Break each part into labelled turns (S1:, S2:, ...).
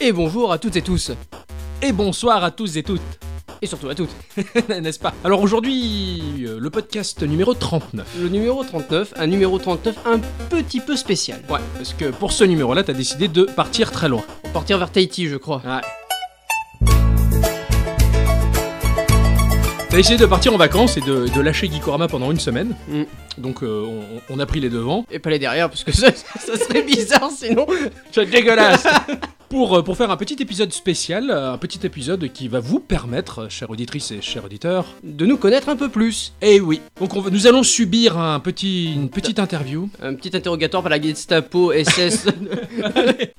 S1: Et bonjour à toutes et tous. Et bonsoir à tous et toutes. Et surtout à toutes, n'est-ce pas Alors aujourd'hui, euh, le podcast numéro 39.
S2: Le numéro 39, un numéro 39 un petit peu spécial.
S1: Ouais, parce que pour ce numéro-là, t'as décidé de partir très loin.
S2: Pour partir vers Tahiti, je crois.
S1: Ouais. T'as décidé de partir en vacances et de, de lâcher Guy Corama pendant une semaine.
S2: Mm.
S1: Donc euh, on- on a pris les devants.
S2: Et pas les derrière, parce que ça, ça serait bizarre sinon.
S1: C'est dégueulasse pour, euh, pour faire un petit épisode spécial, euh, un petit épisode qui va vous permettre, euh, chères auditrices et chers auditeurs,
S2: De nous connaître un peu plus.
S1: eh oui, donc on va- nous allons subir un petit, une petite interview
S2: Un petit interrogatoire par la Gestapo SS.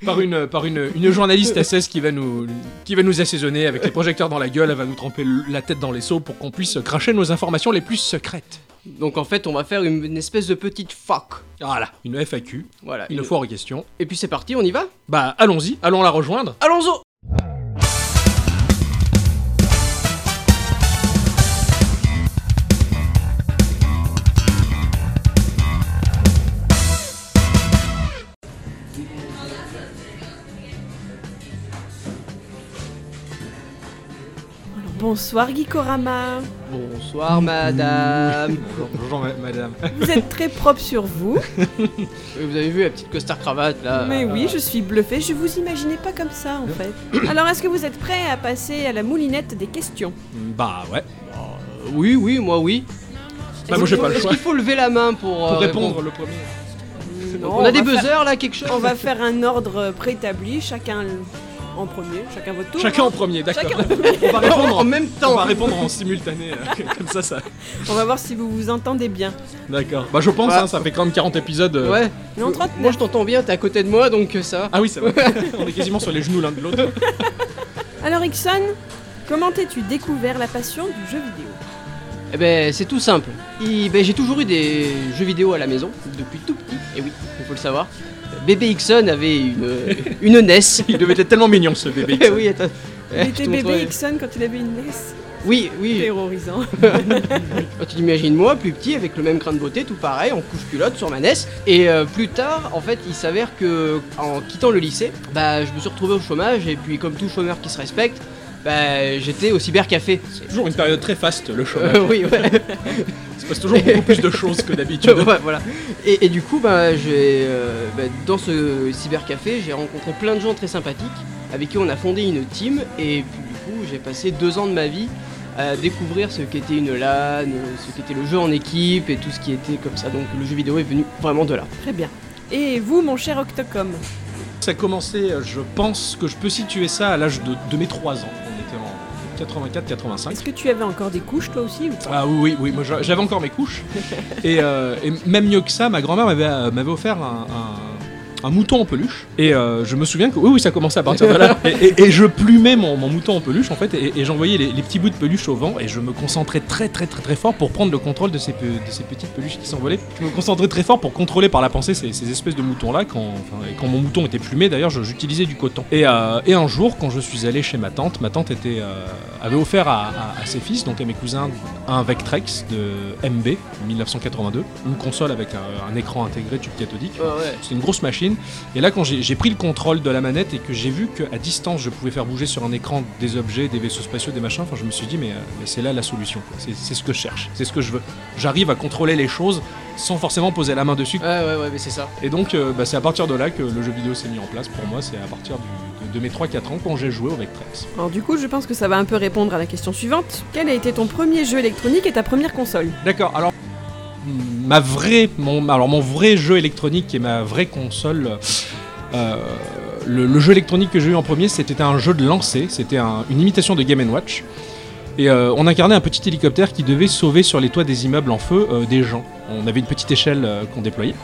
S1: par une, par une, une journaliste SS qui va, nous, qui va nous assaisonner avec les projecteurs dans la gueule, elle va nous tremper le- la tête dans les seaux pour qu'on puisse cracher nos informations les plus secrètes.
S2: Donc en fait, on va faire une, une espèce de petite fac.
S1: Voilà, une FAQ,
S2: Voilà.
S1: une
S2: une-
S1: foire aux questions.
S2: Et puis c'est parti, on y va
S1: Bah allons-y, allons la rejoindre.
S2: Allons-y
S3: Bonsoir Gikorama.
S2: Bonsoir madame.
S1: Bonjour madame.
S3: Vous êtes très propre sur vous.
S2: Oui, Vous avez vu la petite costard cravate là
S3: Mais oui, je suis bluffée. Je vous imaginais pas comme ça en fait. Alors est-ce que vous êtes prêt à passer à la moulinette des questions
S1: Bah ouais,
S2: Euh, Oui, oui, moi oui.
S1: Bah, moi, j'ai pas le
S2: Est-ce
S1: choix.
S2: qu'il faut lever la main pour, euh,
S1: pour répondre le premier.
S3: Non,
S2: On a des
S3: va
S2: buzzers
S3: faire-
S2: là, quelque chose
S3: On va faire un ordre préétabli, chacun l- en premier, chacun votre tour.
S1: Chacun en premier, d'accord.
S3: Chacun en
S1: On va répondre
S2: en
S1: en
S2: même
S1: On
S2: temps.
S1: va répondre en simultané, euh, comme ça, ça.
S3: On va voir si vous vous entendez bien.
S1: D'accord. Bah, je pense,
S2: Ouais.
S1: hein, ça fait quand même 40 épisodes. euh.
S2: Ouais.
S3: Non,
S2: Moi
S3: 39.
S2: je t'entends bien, t'es à côté de moi donc euh, ça va.
S1: Ah oui, c'est vrai. On est quasiment sur les genoux l'un de l'autre.
S3: Alors Ixon, comment t'es-tu découvert la passion du jeu vidéo
S2: Eh ben c'est tout simple. Il- ben, j'ai toujours eu des jeux vidéo à la maison depuis tout petit. Et oui, il faut le savoir. Bébé Ixon avait une, euh, une NES.
S1: Il devait être tellement mignon, ce bébé.
S2: Eh oui, attends. Eh,
S3: Il
S2: je
S3: était
S2: te montrerai.
S3: bébé Ixon quand il avait une laisse.
S2: Oui, oui.
S3: Terrorisant.
S2: Quand tu t'imagines moi, plus petit, avec le même crin de beauté, tout pareil, en couche culotte sur ma NES. Et euh, plus tard, en fait, il s'avère que en quittant le lycée, bah je me suis retrouvé au chômage. Et puis comme tout chômeur qui se respecte, bah j'étais au cybercafé.
S1: C'est toujours une période très faste, le chômage.
S2: Euh, oui, ouais.
S1: Il se passe toujours beaucoup plus de choses que d'habitude.
S2: Ouais, voilà. Et, et du coup, bah, j'ai, euh, bah, dans ce cybercafé, j'ai rencontré plein de gens très sympathiques avec qui on a fondé une team. Et puis, du coup, j'ai passé deux ans de ma vie à découvrir ce qu'était une LAN, euh, ce qu'était le jeu en équipe et tout ce qui était comme ça. Donc, le jeu vidéo est venu vraiment de là.
S3: Très bien. Et vous, mon cher Octocom
S2: Hein?
S1: Ça a commencé, euh, je pense que je peux situer ça à l'âge de, de mes 3 ans. On était en 84-85.
S3: Est-ce que tu avais encore des couches toi aussi ou pas
S1: Ah oui, oui, oui, moi j'a- j'avais encore mes couches. Et, euh, et même mieux que ça, ma grand-mère m'avait, euh, m'avait offert un, un- un mouton en peluche. Et euh, je me souviens que oui, oui, ça commençait à partir de là. Et, et- et je plumais mon, mon mouton en peluche en fait, et, et j'envoyais les, les petits bouts de peluche au vent. Et je me concentrais très, très, très, très fort pour prendre le contrôle de ces, pe- de ces petites peluches qui s'envolaient. Je me concentrais très fort pour contrôler par la pensée ces, ces espèces de moutons là. Quand, enfin, et quand mon mouton était plumé, d'ailleurs, je- j'utilisais du coton. Et, euh, et un jour, quand je suis allé chez ma tante, ma tante était, euh, avait offert à, à- à ses fils, donc à mes cousins, un Vectrex de MB 1982, une console avec euh, un, un écran intégré tube cathodique. C'était une grosse machine. Et là, quand j'ai j'ai pris le contrôle de la manette et que j'ai vu qu'à distance, je pouvais faire bouger sur un écran des objets, des vaisseaux spatiaux, des machins, enfin, je me suis dit, mais, euh, mais c'est là la solution. quoi. C'est c'est ce que je cherche. C'est ce que je veux. J'arrive à contrôler les choses sans forcément poser la main dessus.
S2: Ouais, ouais, ouais, mais c'est ça.
S1: Et donc, euh, bah, c'est à partir de là que le jeu vidéo s'est mis en place. Pour moi, c'est à partir du- de, de mes 3-4 ans quand j'ai joué au Vectrex.
S3: Alors du coup, je pense que ça va un peu répondre à la question suivante. Quel a été ton premier jeu électronique et ta première console
S1: D'accord, alors ma vraie, mon, alors mon vrai jeu électronique et ma vraie console, euh, le, le jeu électronique que j'ai eu en premier, c'était un jeu de lancer, c'était un- une imitation de Game Watch. Et euh, on incarnait un petit hélicoptère qui devait sauver sur les toits des immeubles en feu euh, des gens. On avait une petite échelle euh, qu'on déployait.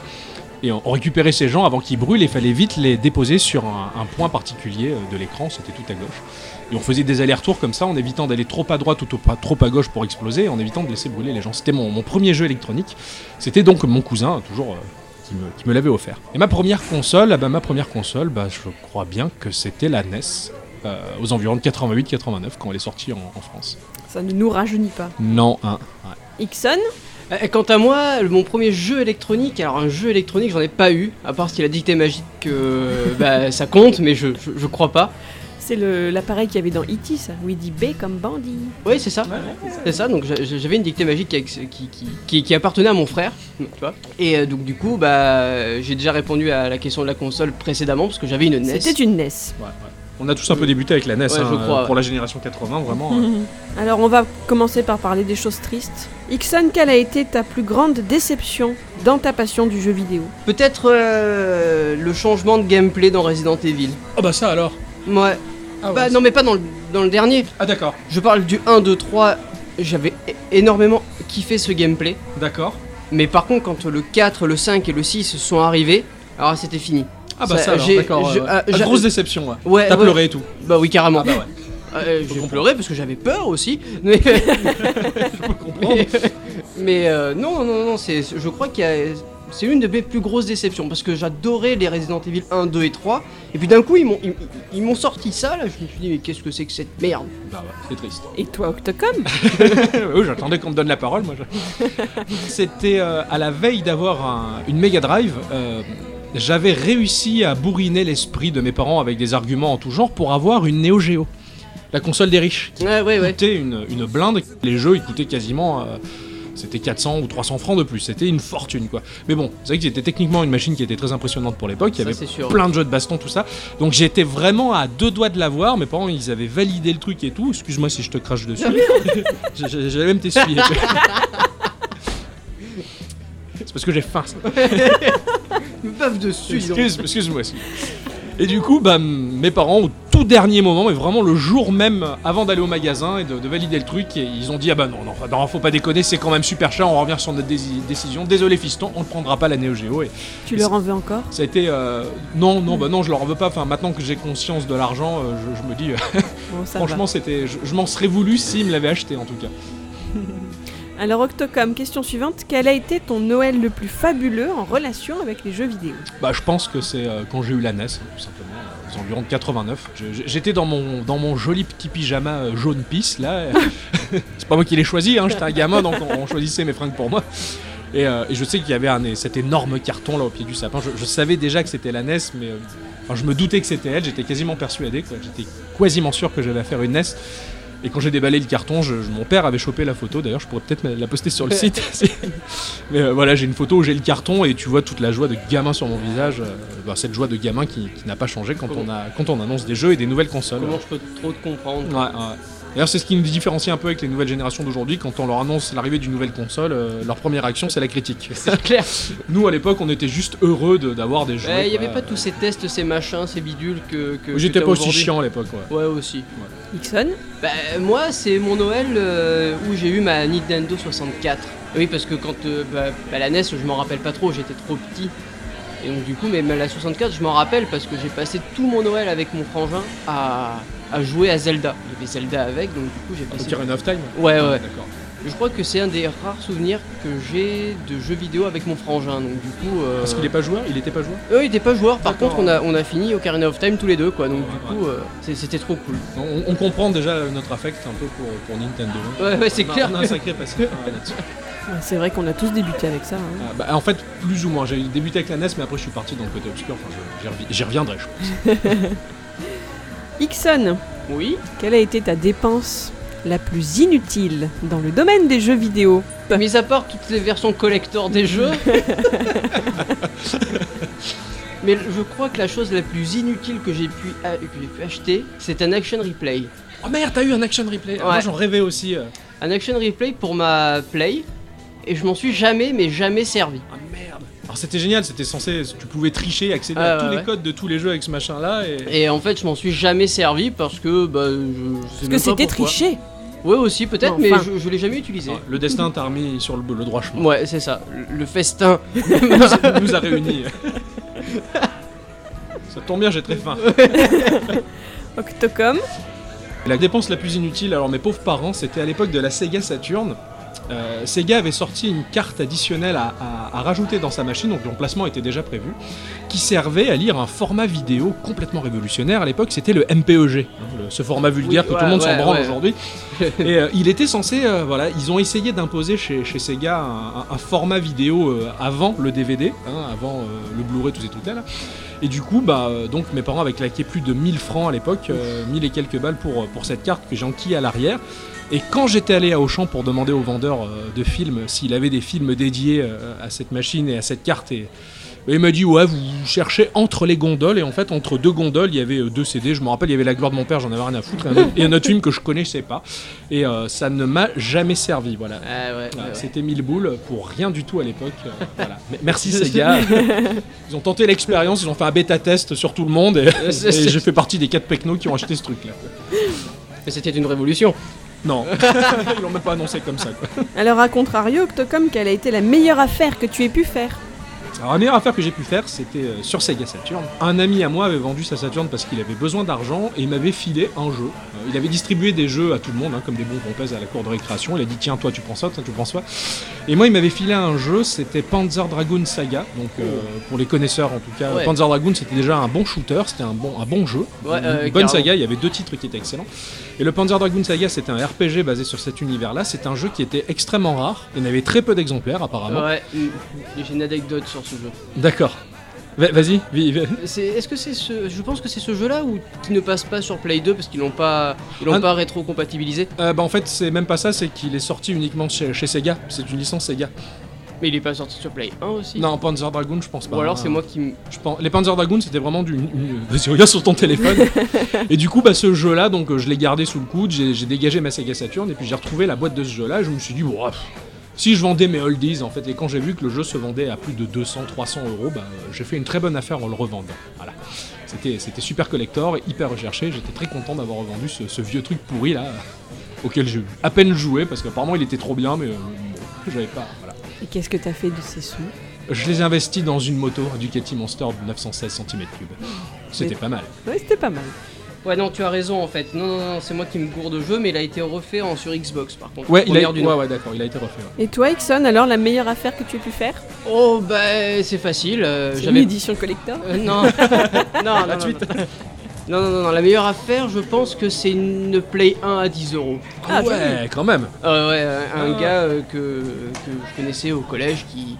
S1: Et on on récupérait ces gens avant qu'ils brûlent et fallait vite les déposer sur un, un point particulier euh, de l'écran, c'était tout à gauche. Et on faisait des allers-retours comme ça en évitant d'aller trop à droite ou trop à, trop à gauche pour exploser et en évitant de laisser brûler les gens. C'était mon, mon premier jeu électronique. C'était donc mon cousin, toujours. euh, qui me, qui me l'avait offert. Et ma première console, ah bah, ma première console, bah, je crois bien que c'était la NES, euh, aux environs de 88-89, quand elle est sortie en, en France.
S3: Ça ne nous rajeunit pas.
S1: Non, hein.
S3: Ixon
S2: Euh, Quant à moi, le- mon premier jeu électronique, alors un jeu électronique, j'en ai pas eu, à part si la dictée magique, euh, bah, ça compte, mais je, je, je crois pas.
S3: C'est le- l'appareil qu'il y avait dans E.T. ça, où il dit B comme bandit.
S2: Oui, c'est ça. c'est ça. Donc j'a- j'avais une dictée magique qui, qui, qui- qui- qui appartenait à mon frère, tu vois. Et euh, donc du coup, bah, j'ai déjà répondu à la question de la console précédemment parce que j'avais une E NES.
S3: C'était une E NES.
S1: Ouais, ouais. On a tous un peu débuté avec la NES,
S2: Ouais, Mhm. je
S1: hein,
S2: crois,
S1: pour la génération 80, vraiment. euh,
S3: Alors on va commencer par parler des choses tristes. Ixon, quelle a été ta plus grande déception dans ta passion du jeu vidéo
S2: Peut-être euh, le changement de gameplay dans Resident Evil.
S1: Oh bah ça alors
S2: Ouais.
S1: ah,
S2: bah
S1: ouais.
S2: non, mais pas dans le, dans le dernier.
S1: ah d'accord,
S2: Je parle du 1, 2, 3. J'avais é- énormément kiffé ce gameplay.
S1: d'accord.
S2: Mais par contre, quand le 4, le 5 et le 6 sont arrivés, alors c'était fini.
S1: Ah bah
S2: Ça,
S1: ça, alors,
S2: j'ai-
S1: d'accord.
S2: je-
S1: ouais, ouais.
S2: ah,
S1: Ah,
S2: j'a-
S1: grosse déception, ouais.
S2: Ouais,
S1: T'as
S2: ouais.
S1: pleuré et tout.
S2: Bah oui, carrément.
S1: Ah bah ouais,
S2: Euh, j'ai
S1: comprends.
S2: pleuré parce que j'avais peur aussi. Mais,
S1: je peux comprendre.
S2: mais, Oh. mais, euh, non, non, non, c'est, je crois qu'il y a- c'est une de mes plus grosses déceptions parce que j'adorais les Resident Evil 1, 2 et 3. Et puis d'un coup, ils m'ont, ils, ils m'ont sorti ça. Là, je me suis dit, mais qu'est-ce que c'est que cette merde
S1: Bah ouais, c'est triste.
S3: Et toi, Octocom
S1: Oui, j'attendais qu'on me donne la parole, moi. je- C'était euh, à la veille d'avoir un- une Mega Drive. euh, j'avais réussi à bourriner l'esprit de mes parents avec des arguments en tout genre pour avoir une Neo Geo, la console des riches. qui
S2: Ouais, ouais, ouais.
S1: coûtait une, une blinde. Les jeux, ils coûtaient quasiment. euh, c'était 400 ou 300 francs de plus, c'était une fortune quoi. Mais bon, c'est vrai que c'était techniquement une machine qui était très impressionnante pour l'époque, il y
S2: Ça,
S1: avait
S2: c'est sûr.
S1: plein de jeux de baston, tout ça. Donc j'étais vraiment à deux doigts de l'avoir, mes parents ils avaient validé le truc et tout. Excuse-moi si je te crache dessus. J- j- J'allais même t'essuyer. C'est parce que j'ai faim. ça.
S2: Ils me bavent dessus. ils ont-
S1: Excuse- Excuse-moi. excuse. Et du coup, bah, m- mes parents, au tout dernier moment, mais vraiment le jour même avant d'aller au magasin et de, de valider le truc, et ils ont dit Ah bah non, non, non, faut pas déconner, c'est quand même super cher, on revient sur notre dési- décision. Désolé, fiston, on ne prendra pas la Neo Geo. Et
S3: Tu leur en veux encore
S1: ça a été euh, Non, non, bah non, je leur en veux pas. Enfin, maintenant que j'ai conscience de l'argent, euh, je, je me dis euh,
S3: Bon, ça va.
S1: Franchement, c'était, je, je m'en serais voulu s'ils me l'avaient acheté en tout cas.
S3: Alors Octocom, question suivante. Quel a été ton Noël le plus fabuleux en relation avec les jeux vidéo
S1: Bah, je pense que c'est euh, quand j'ai eu la NES, tout simplement, euh, aux environs de 89. Je- je- J'étais dans mon, dans mon joli petit pyjama euh, jaune pisse, là. c'est pas moi qui l'ai choisi, hein, j'étais un gamin, donc on, on choisissait mes fringues pour moi. Et, euh, et je sais qu'il y avait un, cet énorme carton là au pied du sapin. Je, je savais déjà que c'était la NES, mais euh, enfin, je me doutais que c'était elle. J'étais quasiment persuadé, quoi. J'étais quasiment sûr que j'allais à faire une NES. Et quand j'ai déballé le carton, je- je- mon père avait chopé la photo. D'ailleurs, je pourrais peut-être la poster sur le site. si- mais euh, voilà, j'ai une photo où j'ai le carton et tu vois toute la joie de gamin sur mon visage. euh, bah, cette joie de gamin qui, qui n'a pas changé quand on, a, quand on annonce des jeux et des nouvelles consoles.
S2: Comment je peux trop te comprendre
S1: Ouais, ouais. D'ailleurs, c'est ce qui nous différencie un peu avec les nouvelles générations d'aujourd'hui. Quand on leur annonce l'arrivée d'une nouvelle console, euh, leur première action, c'est la critique.
S2: C'est clair.
S1: nous, à l'époque, on était juste heureux de- d'avoir des jeux. euh,
S2: Ouais, Il n'y
S1: quoi.
S2: avait pas tous ces tests, ces machins, ces bidules que. que que
S1: J'étais
S2: t'as
S1: pas aussi
S2: aujourd'hui.
S1: chiant à l'époque, ouais.
S2: Ouais, aussi.
S3: Ixon
S2: Bah moi c'est mon Noël euh, où j'ai eu ma Nintendo 64. Oui parce que quand euh, bah, bah, la NES je m'en rappelle pas trop, j'étais trop petit. Et donc du coup mais mais la 64 je m'en rappelle parce que j'ai passé tout mon Noël avec mon frangin à, à jouer à Zelda. Il y avait Zelda avec donc du coup j'ai passé...
S1: Ocarina of Time Ah,
S2: Ouais ouais.
S1: D'accord. Euh,
S2: Je crois que c'est un des rares souvenirs que j'ai de jeux vidéo avec mon frangin. Donc du coup... euh,
S1: Parce qu'il est pas joueur Il était pas joueur
S2: Eux ils étaient pas joueurs par
S1: D'accord.
S2: contre on a, on a fini Ocarina of Time tous les deux quoi. Donc
S1: Ouais,
S2: du coup euh, c'est- c'était trop cool.
S1: on, on comprend déjà notre affect un peu pour, pour Nintendo.
S2: Ouais ouais c'est
S1: On a-
S2: clair.
S1: On a un sacré passif hein, là-dessus.
S3: Ouais, C'est vrai qu'on a tous débuté avec ça. hein.
S1: Ah, bah, en fait, plus ou moins. J'ai débuté avec la NES, mais après, je suis parti dans le côté obscur. Enfin, je- j'y revi- j'y reviendrai, je pense.
S3: Ixon,
S2: Oui.
S3: quelle a été ta dépense la plus inutile dans le domaine des jeux vidéo
S2: Mis à part toutes les versions collector des jeux. Mais je crois que la chose la plus inutile que j'ai pu, a- que j'ai pu acheter, c'est un action replay.
S1: Oh merde, t'as eu un action replay Ah, Moi,
S2: Ouais.
S1: j'en rêvais aussi. euh.
S2: Un action replay pour ma play. Et je m'en suis jamais, mais jamais servi.
S1: Ah merde Alors c'était génial, c'était censé, tu pouvais tricher, accéder à
S2: Ah,
S1: tous
S2: ouais,
S1: les
S2: ouais.
S1: codes de tous les jeux avec ce machin là et...
S2: Et en fait, je m'en suis jamais servi parce que bah, je, je sais
S3: Parce
S2: même
S3: que
S2: pas
S3: c'était
S2: pourquoi.
S3: triché.
S2: Ouais aussi peut-être,
S3: Non,
S2: mais
S3: enfin.
S2: je, je l'ai jamais utilisé.
S1: Ouais, Le destin t'a remis sur le, le droit chemin.
S2: Ouais, c'est ça. Le, le festin.
S1: Il nous a réunis. Ça tombe bien, j'ai très faim.
S3: Octocom,
S1: La dépense la plus inutile, alors mes pauvres parents, c'était à l'époque de la Sega Saturn. euh, Sega avait sorti une carte additionnelle à, à- à rajouter dans sa machine, donc l'emplacement était déjà prévu, qui servait à lire un format vidéo complètement révolutionnaire. À l'époque, c'était le MPEG, hein, le- ce format vulgaire
S2: Oui,
S1: que tout
S2: ouais,
S1: le monde s'en
S2: ouais,
S1: branle
S2: ouais.
S1: aujourd'hui. Et euh, il était censé, euh, voilà, ils ont essayé d'imposer chez, chez Sega un, un- un format vidéo euh, avant le DVD, hein, avant euh, le Blu-ray, tous et tout tel. Et du coup, bah, euh, donc mes parents avaient claqué plus de 1000 francs à l'époque, euh, 1000 et quelques balles pour, pour cette carte que j'enquille à l'arrière. Et quand j'étais allé à Auchan pour demander au vendeur euh, de films s'il avait des films dédiés euh, à cette machine et à cette carte, et, et il m'a dit ouais, vous cherchez entre les gondoles et en fait entre deux gondoles il y avait euh, deux CD. Je me rappelle il y avait La gloire de mon père, j'en avais rien à foutre, et un autre, et un autre film que je connaissais pas. Et euh, ça ne m'a jamais servi, voilà.
S2: Ah ouais,
S1: Voilà,
S2: ouais, ouais.
S1: Euh, C'était 1000 boules pour rien du tout à l'époque. euh, voilà. Mais Merci Sega. Ils ont tenté l'expérience, ils ont fait un bêta test sur tout le monde et,
S2: Euh, c'est-
S1: et j'ai fait partie des 4 pecnos qui ont acheté ce truc là.
S2: Mais c'était une révolution.
S1: Non, ils l'ont même pas annoncé comme ça. Quoi.
S3: Alors, à contrario, Octocom, quelle a été la meilleure affaire que tu aies pu faire
S1: Alors la meilleure affaire que j'ai pu faire, c'était euh, sur Sega Saturn. Un ami à moi avait vendu sa Saturn parce qu'il avait besoin d'argent et il m'avait filé un jeu. Euh, il avait distribué des jeux à tout le monde, hein, comme des bons pompeuses à la cour de récréation. Il a dit tiens toi tu prends ça, toi tu prends ça. Et moi il m'avait filé un jeu, c'était Panzer Dragoon Saga. Donc euh, pour les connaisseurs en tout cas,
S2: Oh. Ouais.
S1: Panzer Dragoon c'était déjà un bon shooter, c'était un bon, un bon jeu,
S2: Ouais,
S1: une
S2: euh,
S1: bonne
S2: carrément.
S1: saga. Il y avait deux titres qui étaient excellents. Et le Panzer Dragoon Saga c'était un RPG basé sur cet univers-là. C'est un jeu qui était extrêmement rare. Il y en avait très peu d'exemplaires apparemment.
S2: Ouais, hum, j'ai une anecdote sur ce jeu.
S1: D'accord. Va- Vas-y, vi- vi-
S2: C'est- Est-ce que c'est ce. Je pense que c'est ce jeu-là ou qui ne passe pas sur Play 2 parce qu'ils l'ont pas, ils l'ont
S1: Ah.
S2: pas rétro-compatibilisé.
S1: Euh, bah en fait, c'est même pas ça, c'est qu'il est sorti uniquement chez, chez Sega. C'est une licence Sega.
S2: Mais il est pas sorti sur Play 1 aussi.
S1: Non, Panzer Dragoon, je pense pas.
S2: Ou alors
S1: hein.
S2: c'est moi qui. me-
S1: Je pense... Les Panzer Dragoon, c'était vraiment du. une- Vas-y, regarde sur ton téléphone. et du coup, bah, ce jeu-là, donc euh, je l'ai gardé sous le coude, j'ai j'ai dégagé ma Sega Saturn, et puis j'ai retrouvé la boîte de ce jeu-là, et je me suis dit, bon, ah, pff, si je vendais mes oldies, en fait, et quand j'ai vu que le jeu se vendait à plus de 200, 300 euros, bah, euh, j'ai fait une très bonne affaire en le revendant. Voilà. C'était c'était super collector, hyper recherché, j'étais très content d'avoir revendu ce, ce vieux truc pourri là, euh, auquel j'ai à peine joué, parce qu'apparemment il était trop bien, mais euh, bon, j'avais pas. Voilà.
S3: Et qu'est-ce que t'as fait de ces sous
S1: Je les ai investis dans une moto un Ducati Monster de 916 cm3. C'était pas mal.
S3: Ouais, c'était pas mal.
S2: Ouais, non, tu as raison en fait. Non, non, non, c'est moi qui me gourde le jeu, mais il a été refait en sur Xbox par contre.
S1: Ouais, il a,
S2: Première du nom.
S1: ouais, ouais, d'accord, il a été refait. ouais.
S3: Et toi, Ixon, alors la meilleure affaire que tu aies pu faire
S2: Oh bah c'est facile. euh,
S3: C'est une
S2: J'avais
S3: édition collector
S2: Euh, non. non, non, non, non. Non, non, non, non, la meilleure affaire, je pense que c'est une Play 1 à 10 euros.
S3: Ah,
S1: ouais, quand même.
S2: Euh, ouais, euh, un
S1: Ah.
S2: gars euh, que, que je connaissais au collège qui,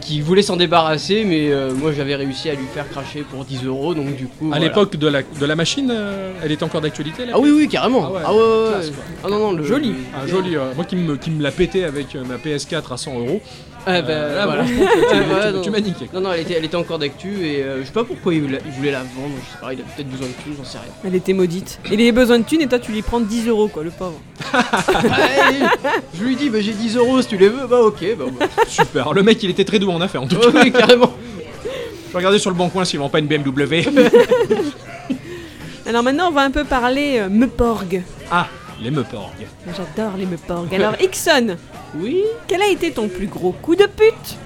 S2: qui voulait s'en débarrasser, mais euh, moi j'avais réussi à lui faire cracher pour 10 euros, donc du coup.
S1: À
S2: voilà.
S1: l'époque de la, de la machine, euh, elle était encore d'actualité là
S2: Ah oui, oui, carrément.
S1: Ah
S2: Ah ouais, ouais, ouais.
S1: Classe, quoi.
S2: Ah non, non, le.
S1: Joli.
S2: le-
S1: Ah, joli. euh, moi qui me, qui me la pétais avec euh, ma PS4 à 100 euros.
S2: Ah bah
S1: Euh, là,
S2: voilà.
S1: franchement, tu-
S2: Ah, voilà,
S1: tu-
S2: non.
S1: Tu m'as niqué.
S2: Non, non, elle était, elle était encore d'actu et euh, je sais pas pourquoi il, voulait- il voulait la vendre, je sais pas, il a peut-être besoin de tout, j'en sais rien.
S3: Elle était maudite. Il avait besoin de thunes et toi, tu lui prends 10 euros, quoi, le pauvre.
S2: Ouais, Ah, je lui dis, bah j'ai 10 euros si tu les veux, bah ok, bah, bah.
S1: Super. Le mec, il était très doux en affaires en tout cas.
S2: Ouais, oui, carrément.
S1: Je regardais sur le bon coin s'il vend pas une BMW.
S3: Alors maintenant, on va un peu parler euh, Meuporg.
S1: ah, les Meuporg.
S3: J'adore les Meuporg. Alors, Ixon,
S2: Oui,
S3: quel a été ton plus gros coup de pute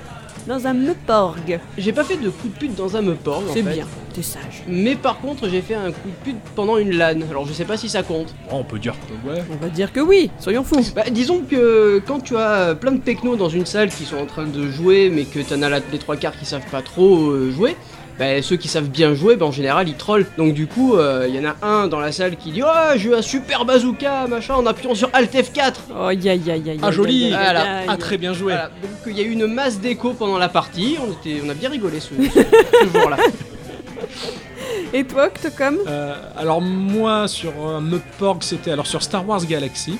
S3: dans un Meuporg
S2: j'ai pas fait de coup de pute dans un meuport. en
S3: C'est
S2: fait.
S3: bien, t'es sage.
S2: Mais par contre, j'ai fait un coup de pute pendant une LAN. Alors je sais pas si ça compte.
S1: Bon, on peut dire que ouais.
S3: On va dire que oui, soyons fous.
S2: Bah disons que quand tu as euh, plein de technos dans une salle qui sont en train de jouer mais que t'en as la- les trois quarts qui savent pas trop euh, jouer, bah ceux qui savent bien jouer, bah en général ils trollent. Donc du coup, euh, il y en a un dans la salle qui dit Oh, j'ai eu un super bazooka, machin, en appuyant sur Alt F4
S3: Oh, ya ya ya ya.
S1: Ah, joli.
S3: ya, ya,
S2: Voilà.
S3: ya,
S1: Ah,
S3: ya.
S1: très bien joué.
S2: Voilà, donc il y a eu une masse d'écho pendant la partie, on, était, on a bien rigolé ce, ce- ce jour-là.
S3: Et toi, Octocom
S1: Euh, alors moi sur un Meuporg c'était alors sur Star Wars Galaxy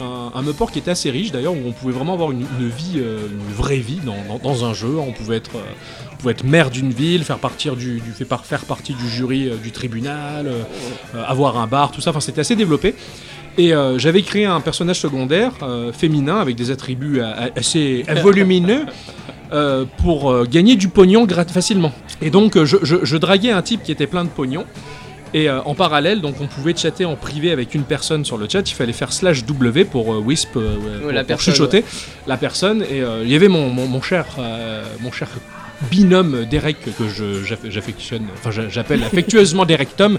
S1: un, un Meuporg qui était assez riche d'ailleurs où on pouvait vraiment avoir une, une vie euh, une vraie vie dans, dans- dans un jeu on pouvait être euh, on pouvait être maire d'une ville faire partir du, du- fait par- faire partie du jury euh, du tribunal euh, euh, avoir un bar tout ça enfin c'était assez développé et euh, j'avais créé un personnage secondaire euh, féminin avec des attributs a- a- assez volumineux euh, pour euh, gagner du pognon grat- facilement. Et donc euh, je, je- je draguais un type qui était plein de pognon. Et euh, en parallèle, donc on pouvait chatter en privé avec une personne sur le chat. Il fallait faire slash W pour euh, Wisp, euh, pour,
S2: la
S1: pour
S2: personne,
S1: chuchoter la personne. Et euh, il y avait mon, mon, mon cher, euh, mon cher binôme Derek que je j'aff- j'affectionne, enfin j'a- j'appelle affectueusement Derek Tom,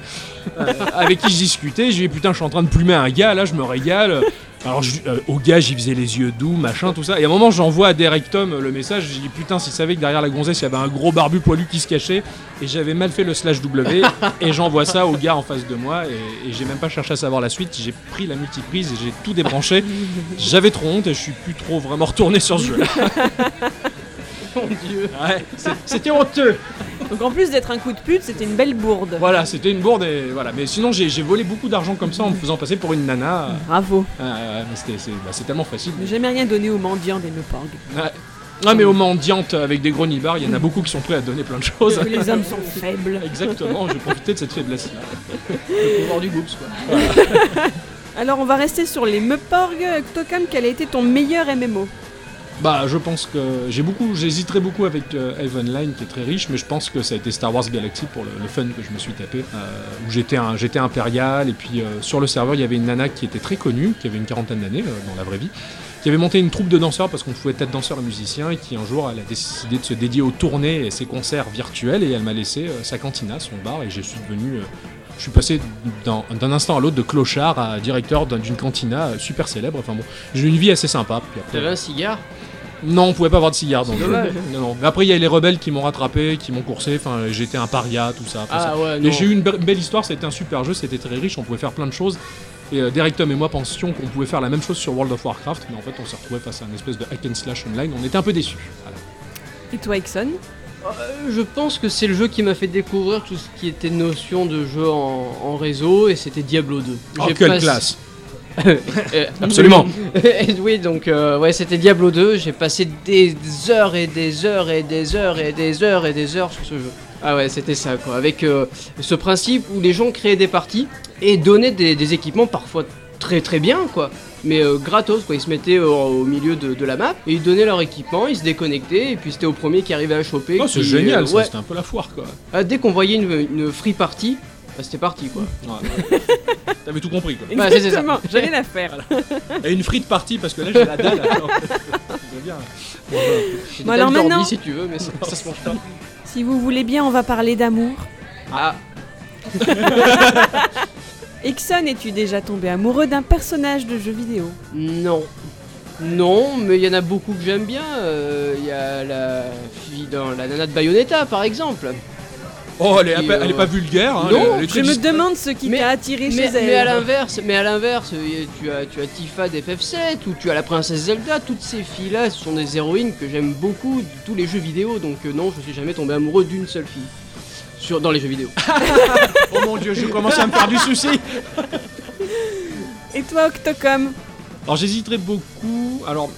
S1: euh, avec qui je discutais. J'ai dit putain, je suis en train de plumer un gars là, je me régale. Alors, je- euh, au gars, j'y faisais les yeux doux, machin, tout ça. Et à un moment, j'envoie à Derek Tom euh, le message. J'ai dit putain, s'il savait que derrière la gonzesse, il y avait un gros barbu poilu qui se cachait. Et j'avais mal fait le slash W. et j'envoie ça au gars en face de moi. Et, et j'ai même pas cherché à savoir la suite. J'ai pris la multiprise et j'ai tout débranché. J'avais trop honte et je suis plus trop vraiment retourné sur ce jeu.
S2: Mon dieu.
S1: Ouais, c'est- c'était honteux.
S3: Donc en plus d'être un coup de pute, c'était une belle bourde.
S1: Voilà, c'était une bourde. Et voilà. Mais sinon, j'ai j'ai volé beaucoup d'argent comme ça en me faisant passer pour une nana.
S3: Bravo.
S1: Ah, ouais, mais c'était- c'est bah, c'est tellement facile.
S3: Ne jamais rien donner aux mendiants des Meporg.
S1: Ouais. Ouais, mais aux mendiantes avec des gros nibards, il y en a beaucoup qui sont prêts à donner plein de choses.
S3: Les hommes sont faibles.
S1: Exactement, j'ai profité de cette faiblesse-là.
S2: Le pouvoir du groupe, quoi.
S3: Alors on va rester sur les Meporg. Tokam, quel a été ton meilleur MMO
S1: Bah, je pense que j'ai beaucoup, j'hésiterais beaucoup avec euh, Eve Online qui est très riche, mais je pense que ça a été Star Wars Galaxy pour le, le fun que je me suis tapé. euh, où j'étais un, j'étais impérial et puis euh, sur le serveur il y avait une nana qui était très connue, qui avait une quarantaine d'années euh, dans la vraie vie, qui avait monté une troupe de danseurs parce qu'on pouvait être danseur et musicien et qui un jour elle a décidé de se dédier aux tournées et ses concerts virtuels et elle m'a laissé euh, sa cantina, son bar et je suis devenu euh, je suis passé d'un d'un instant à l'autre de clochard à directeur d'un- d'une cantina euh, super célèbre. Enfin bon, j'ai eu une vie assez sympa. Puis après,
S2: T'avais un cigare
S1: non, on pouvait pas avoir de cigare donc.
S2: C'est dommage.
S1: Non, non. Mais Après, il y a les rebelles qui m'ont rattrapé, qui m'ont coursé. Enfin, j'étais un paria, tout ça. Enfin, ça.
S2: Ah ouais, non.
S1: Mais j'ai eu une be- belle histoire. C'était un super jeu. C'était très riche. On pouvait faire plein de choses. Et euh, Derek Tom et moi pensions qu'on pouvait faire la même chose sur World of Warcraft, mais en fait, on s'est retrouvé face à un espèce de hack and slash online. On était un peu déçus. Voilà.
S3: Et toi, Ixon
S2: Euh, Je pense que c'est le jeu qui m'a fait découvrir tout ce qui était notion de jeu en, en réseau et c'était Diablo 2.
S1: Oh,
S2: J'ai
S1: quelle
S2: passé-
S1: classe
S2: Euh,
S1: Absolument.
S2: oui, oui, donc euh, ouais, c'était Diablo 2. J'ai passé des heures et des heures et des heures et des heures et des heures sur ce jeu. Ah ouais, c'était ça quoi. Avec euh, ce principe où les gens créaient des parties et donnaient des, des équipements parfois très très bien quoi. Mais euh, gratos quoi, ils se mettaient au, au milieu de, de la map et ils donnaient leur équipement, ils se déconnectaient et puis c'était au premier qui arrivait à choper.
S1: Oh, c'est
S2: qui,
S1: génial,
S2: euh,
S1: ça,
S2: ouais.
S1: c'était un peu la foire quoi.
S2: Ah, dès qu'on voyait une, une free party, bah, c'était parti quoi.
S3: Mmh.
S1: Ouais. T'avais tout compris quoi.
S2: Bah, c'est- c'est ça.
S3: Exactement, j'ai rien à faire.
S1: Et une frite partie parce que là j'ai la dalle. alors. Je veux bien. Bon, bah,
S2: J'ai
S3: Bon,
S2: des
S3: alors
S2: dalles d'ordi,
S3: maintenant-
S2: si tu veux, mais ça, ça se mange pas.
S3: Si vous voulez bien, on va parler d'amour.
S2: Ah,
S3: Ixon, es-tu déjà tombé amoureux d'un personnage de jeu vidéo
S2: Non. Non, mais il y en a beaucoup que j'aime bien. Euh, Il y a la fille dans la nana de Bayonetta, par exemple.
S1: Oh, elle est,
S2: Puis,
S1: pas- elle est
S2: euh,
S1: pas vulgaire. Hein,
S2: non,
S1: elle est
S3: Je
S1: très
S3: me
S1: dis-
S3: demande ce qui
S2: Mais-
S3: t'a attiré
S2: Mais,
S3: chez elle.
S2: mais à l'inverse, mais à l'inverse, y a- tu as tu as Tifa d'FF7 ou tu as la princesse Zelda. Toutes ces filles-là, ce sont des héroïnes que j'aime beaucoup de tous les jeux vidéo. Donc euh, non, je suis jamais tombé amoureux d'une seule fille. Sur, dans les jeux vidéo.
S1: Oh mon dieu, je commence à me faire du souci.
S3: Et toi, Octocom
S1: Alors j'hésiterais beaucoup. Alors,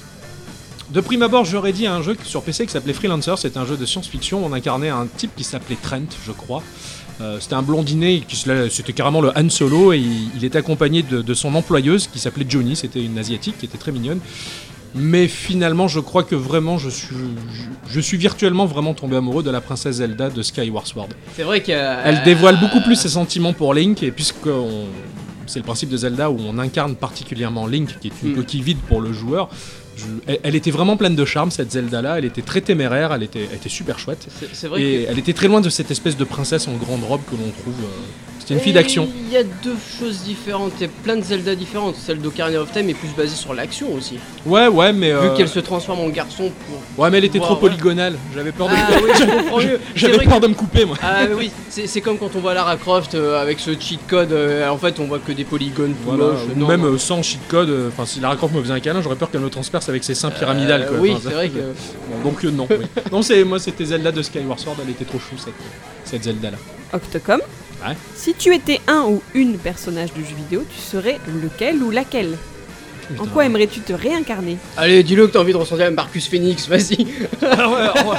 S1: de prime abord, j'aurais dit à un jeu sur PC qui s'appelait Freelancer. C'était un jeu de science-fiction. On incarnait un type qui s'appelait Trent, je crois. Euh, c'était un blondinet, qui se la- c'était carrément le Han Solo, et il, il était accompagné de, de son employeuse qui s'appelait Johnny, c'était une asiatique qui était très mignonne. Mais finalement, je crois que vraiment, je suis, je, je suis virtuellement vraiment tombé amoureux de la princesse Zelda de Skyward Sword.
S2: C'est vrai qu'elle
S1: Elle dévoile beaucoup plus ses sentiments pour Link, et puisque on- c'est le principe de Zelda où on incarne particulièrement Link, qui est une
S2: Mm.
S1: coquille vide pour le joueur, je- elle, elle était vraiment pleine de charme, cette Zelda-là, elle était très téméraire, elle était, elle était super chouette,
S2: C'est c'est vrai que
S1: et elle était très loin de cette espèce de princesse en grande robe que l'on trouve. euh, C'était une fille d'action.
S2: Il y a deux choses différentes. Il y a plein de Zelda différentes. Celle d'Ocarina of Time est plus basée sur l'action aussi.
S1: Ouais, ouais, mais. euh,
S2: Vu qu'elle se transforme en garçon pour.
S1: Ouais, mais elle était
S2: Wow,
S1: trop
S2: ouais.
S1: polygonale, j'avais peur de.
S2: Ah oui, je comprends mieux. C'est
S1: J'avais
S2: vrai
S1: peur de me couper, moi.
S2: que- Ah oui, c'est c'est comme quand on voit Lara Croft euh, avec ce cheat code. euh, en fait, on voit que des polygones tout
S1: Voilà,
S2: moches.
S1: ou
S2: non,
S1: même
S2: non.
S1: euh, sans cheat code, euh, enfin si Lara Croft me faisait un câlin, j'aurais peur qu'elle me transperce avec ses seins pyramidales.
S2: Euh,
S1: quoi.
S2: oui,
S1: Enfin,
S2: c'est
S1: ça-
S2: vrai que.
S1: Bon, donc euh, non. oui. non, c'est moi c'était Zelda de Skyward Sword, elle était trop chou cette, cette Zelda là.
S3: Octocom
S1: Ouais.
S3: Si tu étais un ou une personnage de jeu vidéo, tu serais lequel ou laquelle En quoi aimerais-tu te réincarner
S2: Allez, dis-le que t'as envie de ressentir à Marcus Phoenix, vas-y.
S1: ah, ouais, ouais.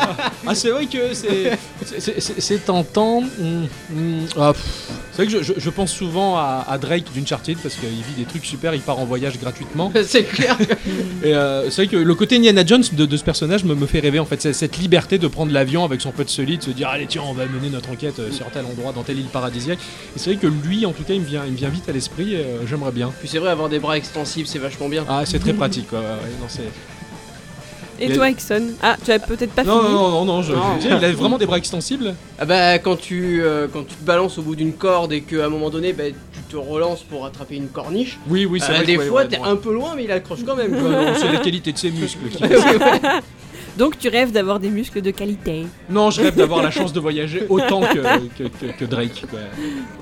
S1: Ah, c'est vrai que c'est c'est- c'est- c'est tentant. Hum, hum, ah, pff. c'est vrai que je, je- je pense souvent à, à Drake d'Uncharted parce qu'il vit des trucs super, il part en voyage gratuitement.
S2: c'est clair. que-
S1: Et euh, c'est vrai que le côté Indiana Jones de, de ce personnage me, me fait rêver en fait. C'est- Cette liberté de prendre l'avion avec son pote solide, se dire allez tiens on va mener notre enquête euh, sur tel endroit, dans telle île paradisiaque. Et c'est vrai que lui en tout cas il me vient, il me vient vite à l'esprit. et, euh, J'aimerais bien.
S2: Puis c'est vrai, avoir des bras extensibles, c'est vachement bien.
S1: Ah, c'est très pratique, quoi. ouais, ouais, non, c'est-
S3: Et
S1: Il a-
S3: toi, Exxon Ah, tu as peut-être pas
S1: Non,
S3: fini.
S1: non, non, non, non, je,
S2: Non.
S1: je le dis, il a vraiment des bras extensibles.
S2: Ah bah quand tu, euh, quand tu te balances au bout d'une corde et qu'à un moment donné bah, tu te relances pour attraper une corniche,
S1: Oui, oui, c'est
S2: euh,
S1: vrai.
S2: des
S1: que- ouais,
S2: fois
S1: ouais,
S2: t'es
S1: bon,
S2: un peu loin mais il accroche quand même. quoi.
S1: non, C'est la qualité de ses muscles. qui-
S3: Donc tu rêves d'avoir des muscles de qualité.
S1: Non, je rêve d'avoir la chance de voyager autant que, que, que- que Drake. quoi.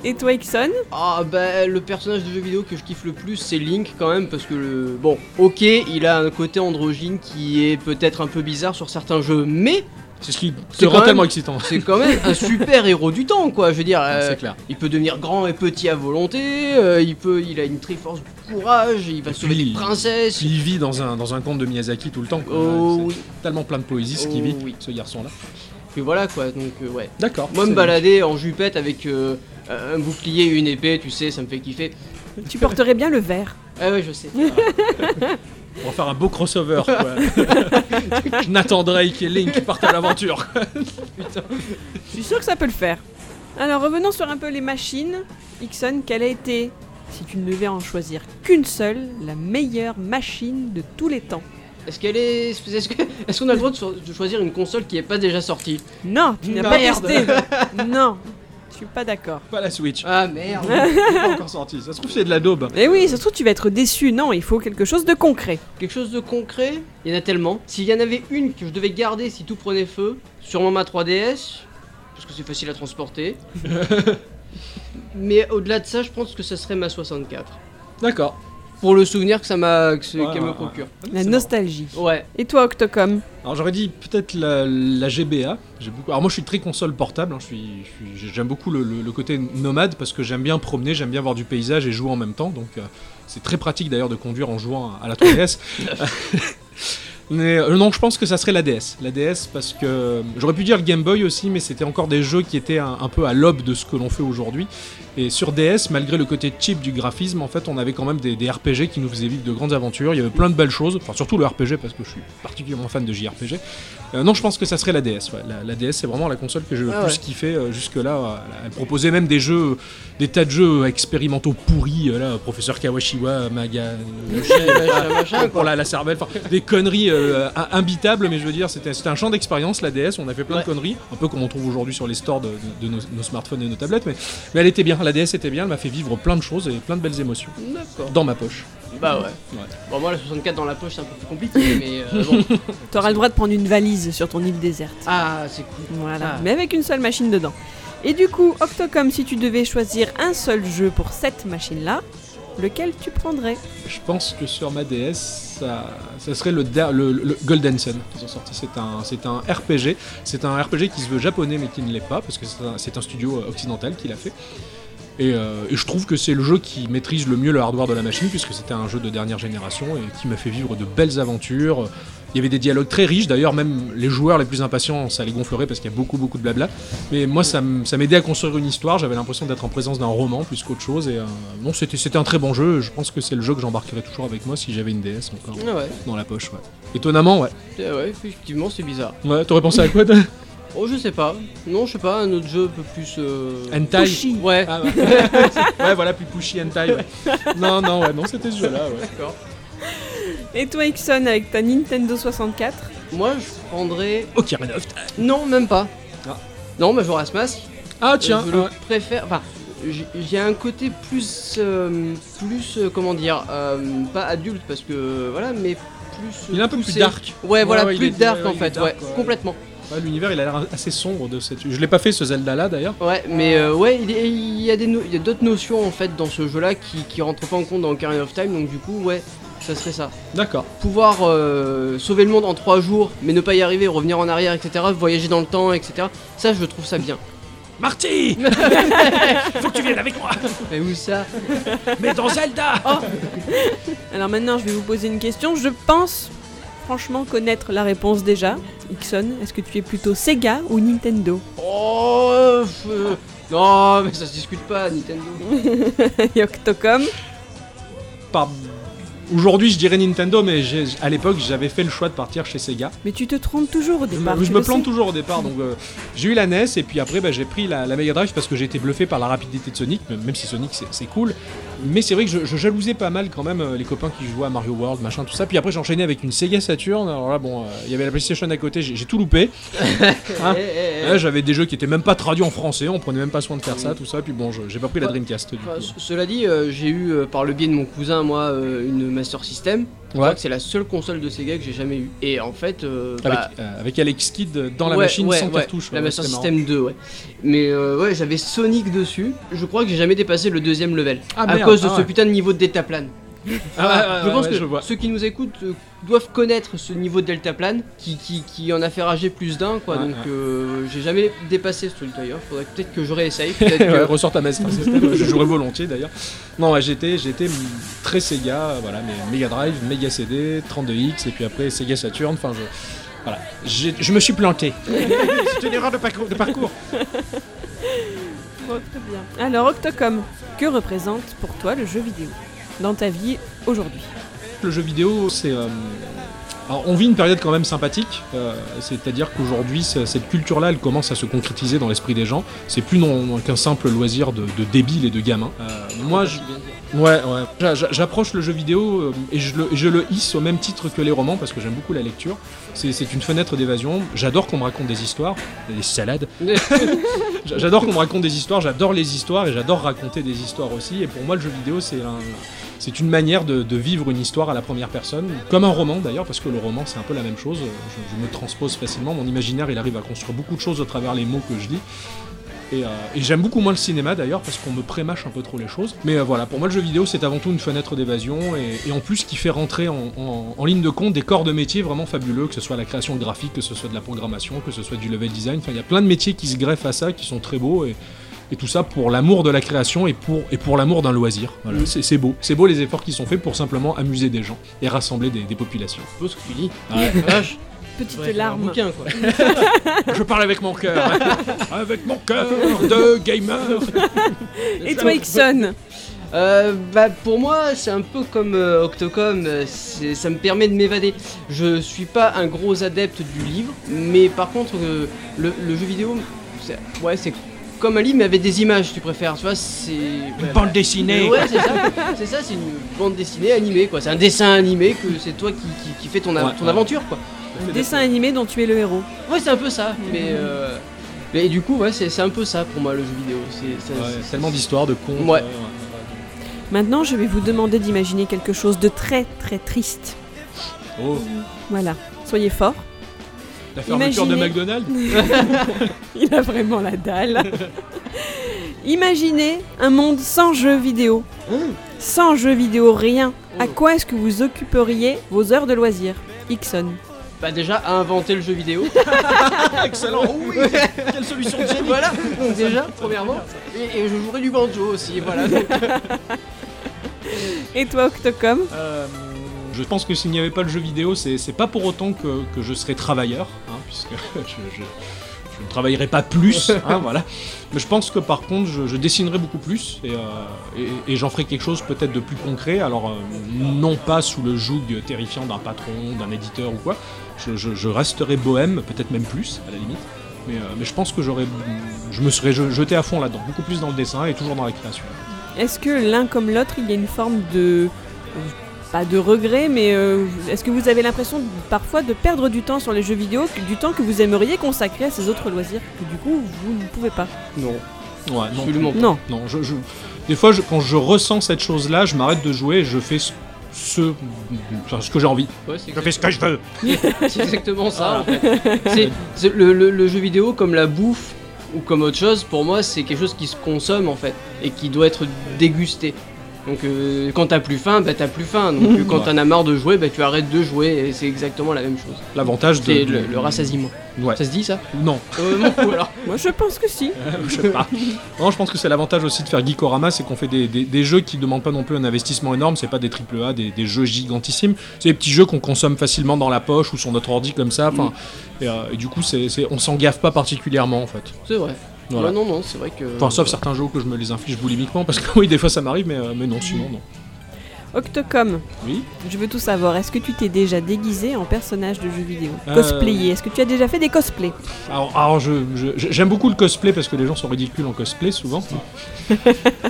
S3: Et toi, Exxon
S2: Ah bah le personnage de jeu vidéo que je kiffe le plus c'est Link quand même parce que le... bon ok il a un côté androgyne qui est peut-être un peu bizarre sur certains jeux mais
S1: C'est ce qui te
S2: C'est
S1: rend
S2: quand même-
S1: tellement excitant.
S2: c'est quand même un super héros du temps quoi je veux dire euh,
S1: Ah, C'est clair.
S2: il peut devenir grand et petit à volonté euh, il peut il a une triforce du courage il va
S1: Et
S2: sauver des
S1: puis-
S2: princesses
S1: Puis il vit dans un, dans un conte de Miyazaki tout le temps. quoi.
S2: Oh
S1: C'est
S2: oui.
S1: Tellement plein de poésie ce
S2: Oh
S1: qu'il vit,
S2: oui.
S1: ce garçon-là.
S2: puis voilà quoi donc euh, ouais
S1: D'accord.
S2: moi
S1: c'est-
S2: me balader en jupette avec euh, un bouclier et une épée tu sais ça me fait kiffer
S3: Tu porterais bien le vert.
S2: ah ouais je sais
S1: On va faire un beau crossover. Quoi. Nathan Drake et Link partent à l'aventure.
S3: Je suis sûr que ça peut le faire. Alors revenons sur un peu les machines. Ixon, quelle a été, si tu ne devais en choisir qu'une seule, la meilleure machine de tous les temps
S2: est-ce qu'elle est est-ce que- est-ce qu'on a le droit de so- de choisir une console qui est pas déjà sortie
S3: Non, tu n'as
S1: Non.
S3: pas
S2: Merde.
S3: testé. non, je suis pas d'accord.
S1: Pas la Switch.
S2: Ah merde
S1: pas encore sorti. Ça se trouve, c'est de la daube.
S3: Mais Eh oui, ça se trouve, tu vas être déçu. Non, il faut quelque chose de concret.
S2: Quelque chose de concret Il y en a tellement. S'il y en avait une que je devais garder si tout prenait feu, sûrement ma 3DS, parce que c'est facile à transporter. Mais au-delà de ça, je pense que ce serait ma 64.
S1: D'accord.
S2: Pour le souvenir que ça m'a, que ce-
S1: Ouais,
S2: qu'elle
S1: ouais,
S2: me procure.
S3: La
S1: C'est
S3: nostalgie.
S2: Ouais.
S3: Et toi, Octocom
S1: Alors j'aurais dit peut-être la, la GBA. J'ai beaucoup. Alors moi je suis très console portable. hein. Je suis, je suis- j'aime beaucoup le, le- le côté nomade parce que j'aime bien promener, j'aime bien voir du paysage et jouer en même temps. Donc euh, c'est très pratique d'ailleurs de conduire en jouant à la 3DS. Mais euh, non, je pense que ça serait la DS. La DS parce que j'aurais pu dire le Game Boy aussi, mais c'était encore des jeux qui étaient un, un peu à l'aube de ce que l'on fait aujourd'hui. Et sur DS, malgré le côté cheap du graphisme, en fait, on avait quand même des, des RPG qui nous faisaient vivre de grandes aventures. Il y avait plein de belles choses, enfin surtout le RPG parce que je suis particulièrement fan de JRPG. Euh, non, je pense que ça serait la DS. ouais. La, la DS, c'est vraiment la console que j'ai le
S2: Ah
S1: plus
S2: ouais.
S1: kiffé euh, jusque-là. ouais. Elle proposait même des jeux, des tas de jeux expérimentaux pourris. euh, là, Professeur Kawashiwa, Maga, euh,
S2: machin, machin,
S1: pour
S2: quoi.
S1: la, la cervelle, enfin, des conneries euh, im- imbitables, mais je veux dire, c'était c'était un champ d'expérience, la DS, on a fait plein de
S2: Ouais.
S1: conneries, un peu comme on trouve aujourd'hui sur les stores de, de- de nos, nos smartphones et nos tablettes, mais, mais elle était bien, la DS était bien, elle m'a fait vivre plein de choses et plein de belles émotions.
S2: D'accord.
S1: Dans ma poche.
S2: Bah ouais.
S1: Ouais.
S2: Bon, moi la 64 dans la poche, c'est un peu plus compliqué, mais euh, bon.
S3: T'auras le droit de prendre une valise sur ton île déserte.
S2: Ah, c'est cool.
S3: Voilà,
S2: Ah.
S3: mais avec une seule machine dedans. Et du coup, Octocom, si tu devais choisir un seul jeu pour cette machine-là, lequel tu prendrais
S1: Je pense que sur ma DS, ça, ça serait le, da- le, le Golden Sun qu'ils ont sorti. C'est un, c'est un RPG. C'est un RPG qui se veut japonais mais qui ne l'est pas parce que c'est un, c'est un studio euh, occidental qui l'a fait. Et, euh, et je trouve que c'est le jeu qui maîtrise le mieux le hardware de la machine puisque c'était un jeu de dernière génération et qui m'a fait vivre de belles aventures. Il y avait des dialogues très riches, d'ailleurs même les joueurs les plus impatients, ça les gonflerait parce qu'il y a beaucoup beaucoup de blabla. Mais moi ça m- ça m'aidait à construire une histoire, j'avais l'impression d'être en présence d'un roman plus qu'autre chose. Et euh, non, c'était c'était un très bon jeu, je pense que c'est le jeu que j'embarquerais toujours avec moi si j'avais une DS encore
S2: Ah ouais.
S1: dans la poche. Ouais. Étonnamment, ouais.
S2: Ah ouais, effectivement, c'est bizarre.
S1: Ouais, t'aurais pensé à quoi toi
S2: Oh, je sais pas. Non, je sais pas, un autre jeu un peu plus. euh,
S1: Hentai
S2: Ouais.
S1: Ah, ouais. ouais, voilà, plus pushy hentai. Ouais. Non, non, ouais, non, c'était ce jeu-là, ouais.
S2: D'accord.
S3: Et toi, Ixon, avec ta Nintendo 64
S2: Moi, je prendrais.
S1: Ocarina of Time.
S2: Non, même pas.
S1: Ah.
S2: Non, mais j'aurais ce masque.
S1: Ah, tiens,
S2: Euh, je le
S1: ouais.
S2: préfère. Enfin, j'ai- j'ai un côté plus. euh, plus. euh, comment dire euh, Pas adulte, parce que. Voilà, mais plus.
S1: ah, il est un peu plus
S2: poussé.
S1: dark.
S2: Ouais, voilà,
S1: ouais, il
S2: plus
S1: est-
S2: dark
S1: ouais,
S2: en
S1: il est
S2: fait,
S1: dark,
S2: ouais,
S1: ouais.
S2: complètement.
S1: Ouais, L'univers, il a l'air assez sombre de cette. Je l'ai pas fait ce Zelda-là d'ailleurs.
S2: Ouais, mais euh, ouais, il, est- il y a des no- il y a d'autres notions en fait dans ce jeu-là qui, qui rentrent pas en compte dans Ocarina of Time, donc du coup, ouais, ça serait ça.
S1: D'accord.
S2: pouvoir euh, sauver le monde en 3 jours, mais ne pas y arriver, revenir en arrière, etc., voyager dans le temps, etc., ça je trouve ça bien.
S1: Marty Faut que tu viennes avec moi
S2: Mais où ça
S1: Mais dans Zelda
S3: Alors maintenant, je vais vous poser une question. Je pense franchement connaître la réponse déjà. Ixon, est-ce que tu es plutôt Sega ou Nintendo
S2: Oh euh, f- euh, Non, mais ça se discute pas, Nintendo.
S3: Et Octocom
S1: Par Aujourd'hui, je dirais Nintendo, mais j'ai- à l'époque, j'avais fait le choix de partir chez Sega.
S3: Mais tu te trompes toujours au
S1: Je,
S3: départ.
S1: me- je
S3: tu
S1: me
S3: le
S1: plante
S3: sais.
S1: toujours au départ, donc euh, j'ai eu la NES et puis après bah, j'ai pris la, la Mega Drive parce que j'ai été bluffé par la rapidité de Sonic, même même si Sonic c'est- c'est cool. Mais c'est vrai que je, je jalousais pas mal quand même euh, les copains qui jouaient à Mario World, machin, tout ça. Puis après j'enchaînais avec une Sega Saturn. Alors là, bon, euh, il y avait la PlayStation à côté, j'ai j'ai tout loupé. Hein
S2: Eh, eh, eh.
S1: Là, j'avais des jeux qui étaient même pas traduits en français, on prenait même pas soin de faire ça, tout ça. Puis bon, je- j'ai pas pris la
S2: Ouais.
S1: Dreamcast du coup.
S2: Enfin, c- cela dit, euh, j'ai eu euh, par le biais de mon cousin, moi, euh, une Master System. Je crois
S1: Ouais.
S2: que c'est la seule console de Sega que j'ai jamais eue. Et en fait, euh,
S1: Avec,
S2: bah,
S1: euh, avec Alex Kidd dans la
S2: ouais,
S1: machine
S2: ouais,
S1: sans
S2: ouais,
S1: cartouche.
S2: La
S1: ouais,
S2: Master
S1: c'était marrant.
S2: System 2, ouais. Mais euh, ouais, j'avais Sonic dessus. Je crois que j'ai jamais dépassé le deuxième level.
S1: Ah,
S2: à
S1: merde,
S2: cause de
S1: ah
S2: ce
S1: ouais.
S2: putain de niveau de deltaplane.
S1: Ah, ouais, ouais,
S2: je pense
S1: ouais,
S2: que
S1: vois.
S2: ceux qui nous écoutent euh, doivent connaître ce niveau de deltaplane qui, qui, qui en a fait rager plus d'un quoi.
S1: Ouais,
S2: donc
S1: ouais.
S2: euh, j'ai jamais dépassé ce truc d'ailleurs. Faudrait peut-être que je réessaye. Peut-être
S1: Ouais,
S2: que-
S1: ressort ta Master System, je jouerais volontiers d'ailleurs. Non, ouais, j'étais, j'étais très Sega, euh, voilà, mais Mega Drive, Mega CD, 32X, et puis après Sega Saturn, enfin je. Voilà, J'ai- je me suis planté. C'était une erreur de parcours. de parcours.
S3: Oh, très bien. Alors, Octocom, que représente pour toi le jeu vidéo dans ta vie aujourd'hui
S1: Le jeu vidéo, c'est. euh, alors, on vit une période quand même sympathique, euh, c'est-à-dire qu'aujourd'hui, ce- cette culture-là, elle commence à se concrétiser dans l'esprit des gens. C'est plus non, non qu'un simple loisir de, de débile et de gamin. Euh, moi, je, Ouais, ouais. J'a- j'a- J'approche le jeu vidéo euh, et je le, je le hisse au même titre que les romans parce que j'aime beaucoup la lecture. C'est c'est une fenêtre d'évasion. J'adore qu'on me raconte des histoires, des salades. J'a- j'adore qu'on me raconte des histoires, j'adore les histoires et j'adore raconter des histoires aussi. Et pour moi, le jeu vidéo, c'est un- c'est une manière de, de vivre une histoire à la première personne, comme un roman d'ailleurs, parce que le roman, c'est un peu la même chose. Je, je me transpose facilement. Mon imaginaire, il arrive à construire beaucoup de choses au travers les mots que je lis. Et, euh, et j'aime beaucoup moins le cinéma d'ailleurs parce qu'on me prémâche un peu trop les choses. Mais euh, voilà, pour moi le jeu vidéo c'est avant tout une fenêtre d'évasion et, et en plus qui fait rentrer en, en- en ligne de compte des corps de métiers vraiment fabuleux, que ce soit la création graphique, que ce soit de la programmation, que ce soit du level design. Enfin, il y a plein de métiers qui se greffent à ça, qui sont très beaux et, et tout ça pour l'amour de la création et pour, et pour l'amour d'un loisir. Voilà,
S2: Mm.
S1: c'est c'est beau. C'est beau les efforts qui sont faits pour simplement amuser des gens et rassembler des, des populations.
S2: Faut ce que tu lis.
S1: Ouais.
S2: Vache.
S3: Petite
S2: Ouais, c'est un
S3: larme.
S2: bouquin, quoi.
S1: Je parle avec mon cœur, hein. avec mon cœur de gamer.
S3: Et toi, Ixon
S2: Euh, bah, pour moi, c'est un peu comme euh, Octocom, euh, c'est- ça me permet de m'évader. Je suis pas un gros adepte du livre, mais par contre, euh, le, le jeu vidéo, c'est ouais, c'est comme un livre, mais avec des images, tu préfères, tu vois, c'est... ouais.
S1: Bande dessinée.
S2: Ouais, c'est ça, c'est ça, c'est une bande dessinée animée, quoi. C'est un dessin animé que c'est toi qui, qui, qui fait ton, a-
S1: Ouais,
S2: ton
S1: ouais.
S2: aventure, quoi.
S3: Un dessin animé dont tu es le héros.
S2: Ouais, c'est un peu ça, mais... euh, mais du coup, ouais, c'est c'est un peu ça pour moi, le jeu vidéo. C'est ça-
S1: Ouais,
S2: c'est-
S1: tellement d'histoires, de contes.
S2: Ouais.
S3: Maintenant, je vais vous demander d'imaginer quelque chose de très très triste.
S1: Oh,
S3: Voilà, soyez forts.
S1: la fermeture de
S3: Imaginez-
S1: McDonald's
S3: Il a vraiment la dalle. Imaginez un monde sans jeux vidéo.
S2: Oh,
S3: Sans jeux vidéo, rien. À quoi est-ce que vous occuperiez vos heures de loisirs Ixon.
S2: Bah déjà, à inventer le jeu vidéo.
S1: Excellent, oh oui Quelle solution de génie
S2: voilà, donc déjà, premièrement. Et, et je jouerai du banjo aussi, voilà. Donc,
S3: Et toi, Octocom
S1: Euh, Je pense que s'il n'y avait pas le jeu vidéo, c'est c'est pas pour autant que, que je serais travailleur, hein, puisque je, je- je ne travaillerais pas plus, hein, voilà. Mais je pense que par contre, je, je dessinerais beaucoup plus et, euh, et- et j'en ferais quelque chose peut-être de plus concret. Alors, euh, non pas sous le joug terrifiant d'un patron, d'un éditeur ou quoi. Je, je- je resterais bohème, peut-être même plus, à la limite. Mais, euh, mais je pense que j'aurais, je me serais je- jeté à fond là-dedans, beaucoup plus dans le dessin et toujours dans la création.
S3: Est-ce que l'un comme l'autre, il y a une forme de. euh, pas de regret, mais euh, est-ce que vous avez l'impression de- parfois de perdre du temps sur les jeux vidéo, que- du temps que vous aimeriez consacrer à ces autres loisirs, que du coup vous ne pouvez pas
S2: non,
S1: Ouais, non,
S2: absolument pas.
S3: Non.
S1: Non, je, je- des fois, je- quand je ressens cette chose-là, je m'arrête de jouer et je fais ce, ce, enfin, ce que j'ai envie.
S2: Ouais, c'est
S1: Je fais ce que je veux.
S2: exact- c'est exactement ça, en fait. C'est- c'est le, le- le jeu vidéo, comme la bouffe ou comme autre chose, pour moi, c'est quelque chose qui se consomme, en fait, et qui doit être dégusté. Donc, euh, quand t'as plus faim, bah t'as plus faim. Donc, euh, quand
S1: Ouais.
S2: t'en as marre de jouer, bah tu arrêtes de jouer, et c'est exactement la même chose.
S1: L'avantage de.
S2: C'est le, le rassasiement.
S1: Ouais.
S2: Ça se dit, ça
S1: Non,
S2: Euh, non, ou alors.
S3: Moi je pense que si.
S1: je sais pas. Non, je pense que c'est l'avantage aussi de faire Geekorama, c'est qu'on fait des, des- des jeux qui demandent pas non plus un investissement énorme. C'est pas des triple A, des, des jeux gigantissimes. C'est des petits jeux qu'on consomme facilement dans la poche ou sur notre ordi comme ça. Enfin, et, euh, et du coup, c'est, c'est- on s'en gaffe pas particulièrement en fait.
S2: C'est vrai.
S1: Voilà.
S2: Ouais, non, non, c'est vrai que.
S1: Enfin, sauf certains jeux que je me les inflige boulimiquement parce que oui, des fois ça m'arrive, mais, euh, mais non, sinon non.
S3: Octocom,
S1: Oui.
S3: je veux tout savoir. Est-ce que tu t'es déjà déguisé en personnage de jeu vidéo
S1: Euh.
S3: Cosplayé Est-ce que tu as déjà fait des cosplays
S1: Alors, alors, je, je- j'aime beaucoup le cosplay parce que les gens sont ridicules en cosplay souvent.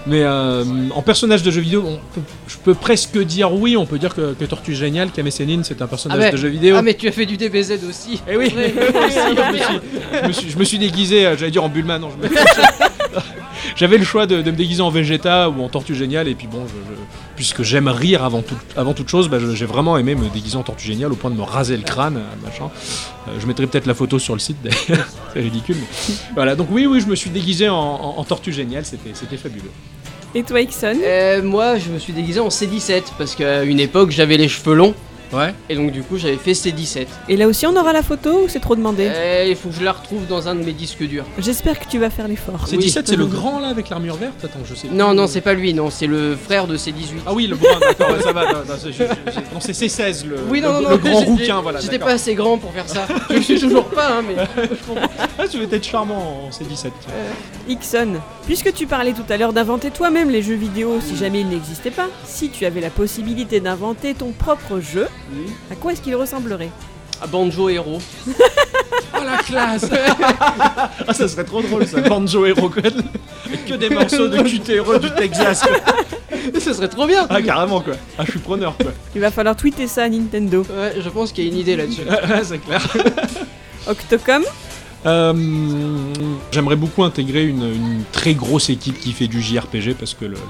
S1: Mais euh, en personnage de jeu vidéo, on peut- je peux presque dire oui. On peut dire que, que Tortue Géniale, Sénine, c'est un personnage
S2: Ah ouais.
S1: de jeu vidéo.
S2: Ah, mais tu as fait du DBZ aussi.
S1: Eh oui.
S2: Ouais.
S1: je, me suis, je me suis déguisé, euh, j'allais dire en Bulma, non, je me- J'avais le choix de, de me déguiser en Vegeta ou en Tortue Géniale, et puis bon, je- je- puisque j'aime rire avant, tout- avant toute chose, bah, je- j'ai vraiment aimé me déguiser en Tortue Géniale au point de me raser le crâne, euh, machin. Euh, je mettrai peut-être la photo sur le site d'ailleurs, c'est ridicule. mais- Voilà, donc oui, oui, je me suis déguisé en, en- en Tortue Géniale, c'était c'était fabuleux.
S3: Et toi, Ixon
S2: Euh, moi, je me suis déguisé en C17 parce qu'à une époque, j'avais les cheveux longs
S1: Ouais.
S2: et donc du coup, j'avais fait C17.
S3: Et là aussi, on aura la photo ou c'est trop demandé
S2: Eh, Il faut que je la retrouve dans un de mes disques durs.
S3: J'espère que tu vas faire l'effort.
S1: C'est
S2: Oui.
S1: 17, c'est le grand là avec l'armure verte Attends, je sais.
S2: Non,
S1: plus.
S2: non, c'est pas lui, non, c'est le frère de C18.
S1: Ah oui, le brun, d'accord, ouais, ça va. Non, non, c'est- je- je- non, c'est C16, le,
S2: Oui, non,
S1: le-
S2: non, non,
S1: le grand
S2: j'étais-
S1: rouquin, voilà.
S2: J'étais
S1: d'accord.
S2: pas assez grand pour faire ça. je le suis toujours pas, hein, mais.
S1: Ah, tu vais être charmant en C17.
S3: Ixon, puisque tu parlais tout à l'heure d'inventer toi-même les jeux vidéo si jamais ils n'existaient pas, si tu avais la possibilité d'inventer ton propre jeu, à quoi est-ce qu'il ressemblerait
S2: Ah, Banjo Hero.
S1: Oh la classe Ah, ça serait trop drôle ça. Banjo et Rockwell. Avec que des morceaux de QTRO E du Texas. Quoi.
S2: Ce serait trop bien.
S1: Ah, carrément quoi. Ah, je suis preneur quoi.
S3: Il va falloir tweeter ça à Nintendo.
S2: Ouais, je pense qu'il y a une idée là-dessus.
S1: Ah, c'est clair.
S3: Octocom,
S1: Euh, J'aimerais beaucoup intégrer une, une très grosse équipe qui fait du JRPG parce que le, le-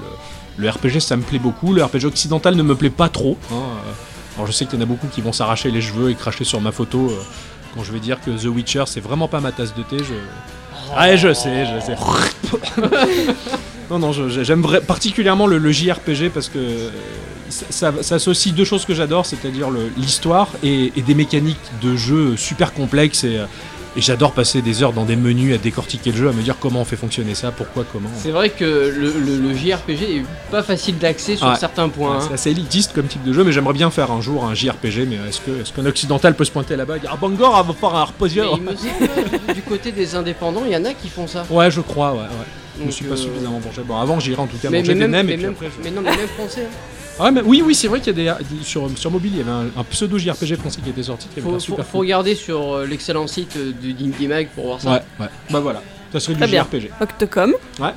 S1: le RPG ça me plaît beaucoup. Le RPG occidental ne me plaît pas trop. hein. Euh, Alors je sais qu'il y en a beaucoup qui vont s'arracher les cheveux et cracher sur ma photo euh, quand je vais dire que The Witcher c'est vraiment pas ma tasse de thé. Je... Ah et je sais, je sais. non non, je- je- j'aime vra- particulièrement le, le JRPG parce que euh, ça, ça- ça associe deux choses que j'adore, c'est-à-dire le- l'histoire et, et des mécaniques de jeu super complexes et, euh, et j'adore passer des heures dans des menus à décortiquer le jeu, à me dire comment on fait fonctionner ça, pourquoi, comment.
S2: C'est vrai que le, le- le JRPG est pas facile d'accès sur
S1: Ouais.
S2: certains points. hein.
S1: C'est assez élitiste comme type de jeu, mais j'aimerais bien faire un jour un JRPG. Mais est-ce que- est-ce qu'un occidental peut se pointer là-bas et dire Ah, Bangor, on va faire un
S2: Mais
S1: Oh. reposeur
S2: il me semble, du côté des indépendants, il y en a qui font ça.
S1: Ouais, je crois, ouais. ouais. Je me
S2: Donc,
S1: suis pas
S2: euh,
S1: suffisamment penché. Bon, avant, j'irai en tout cas
S2: Mais,
S1: manger
S2: mais
S1: des
S2: même,
S1: nems.
S2: mais
S1: et puis
S2: même-
S1: après, je-
S2: mais non, mais même français. hein.
S1: Ah, mais oui, oui, c'est vrai qu'il y a des. Sur, sur mobile, il y avait un, un pseudo JRPG français qui était sorti qui avait
S2: Faut,
S1: l'air super
S2: faut- faut
S1: cool.
S2: regarder sur euh, l'excellent site euh, du Indie Mag pour voir ça.
S1: Ouais, ouais. Bah voilà. Ça serait
S2: Très
S1: du
S2: bien.
S1: JRPG.
S3: Octocom.
S1: Ouais.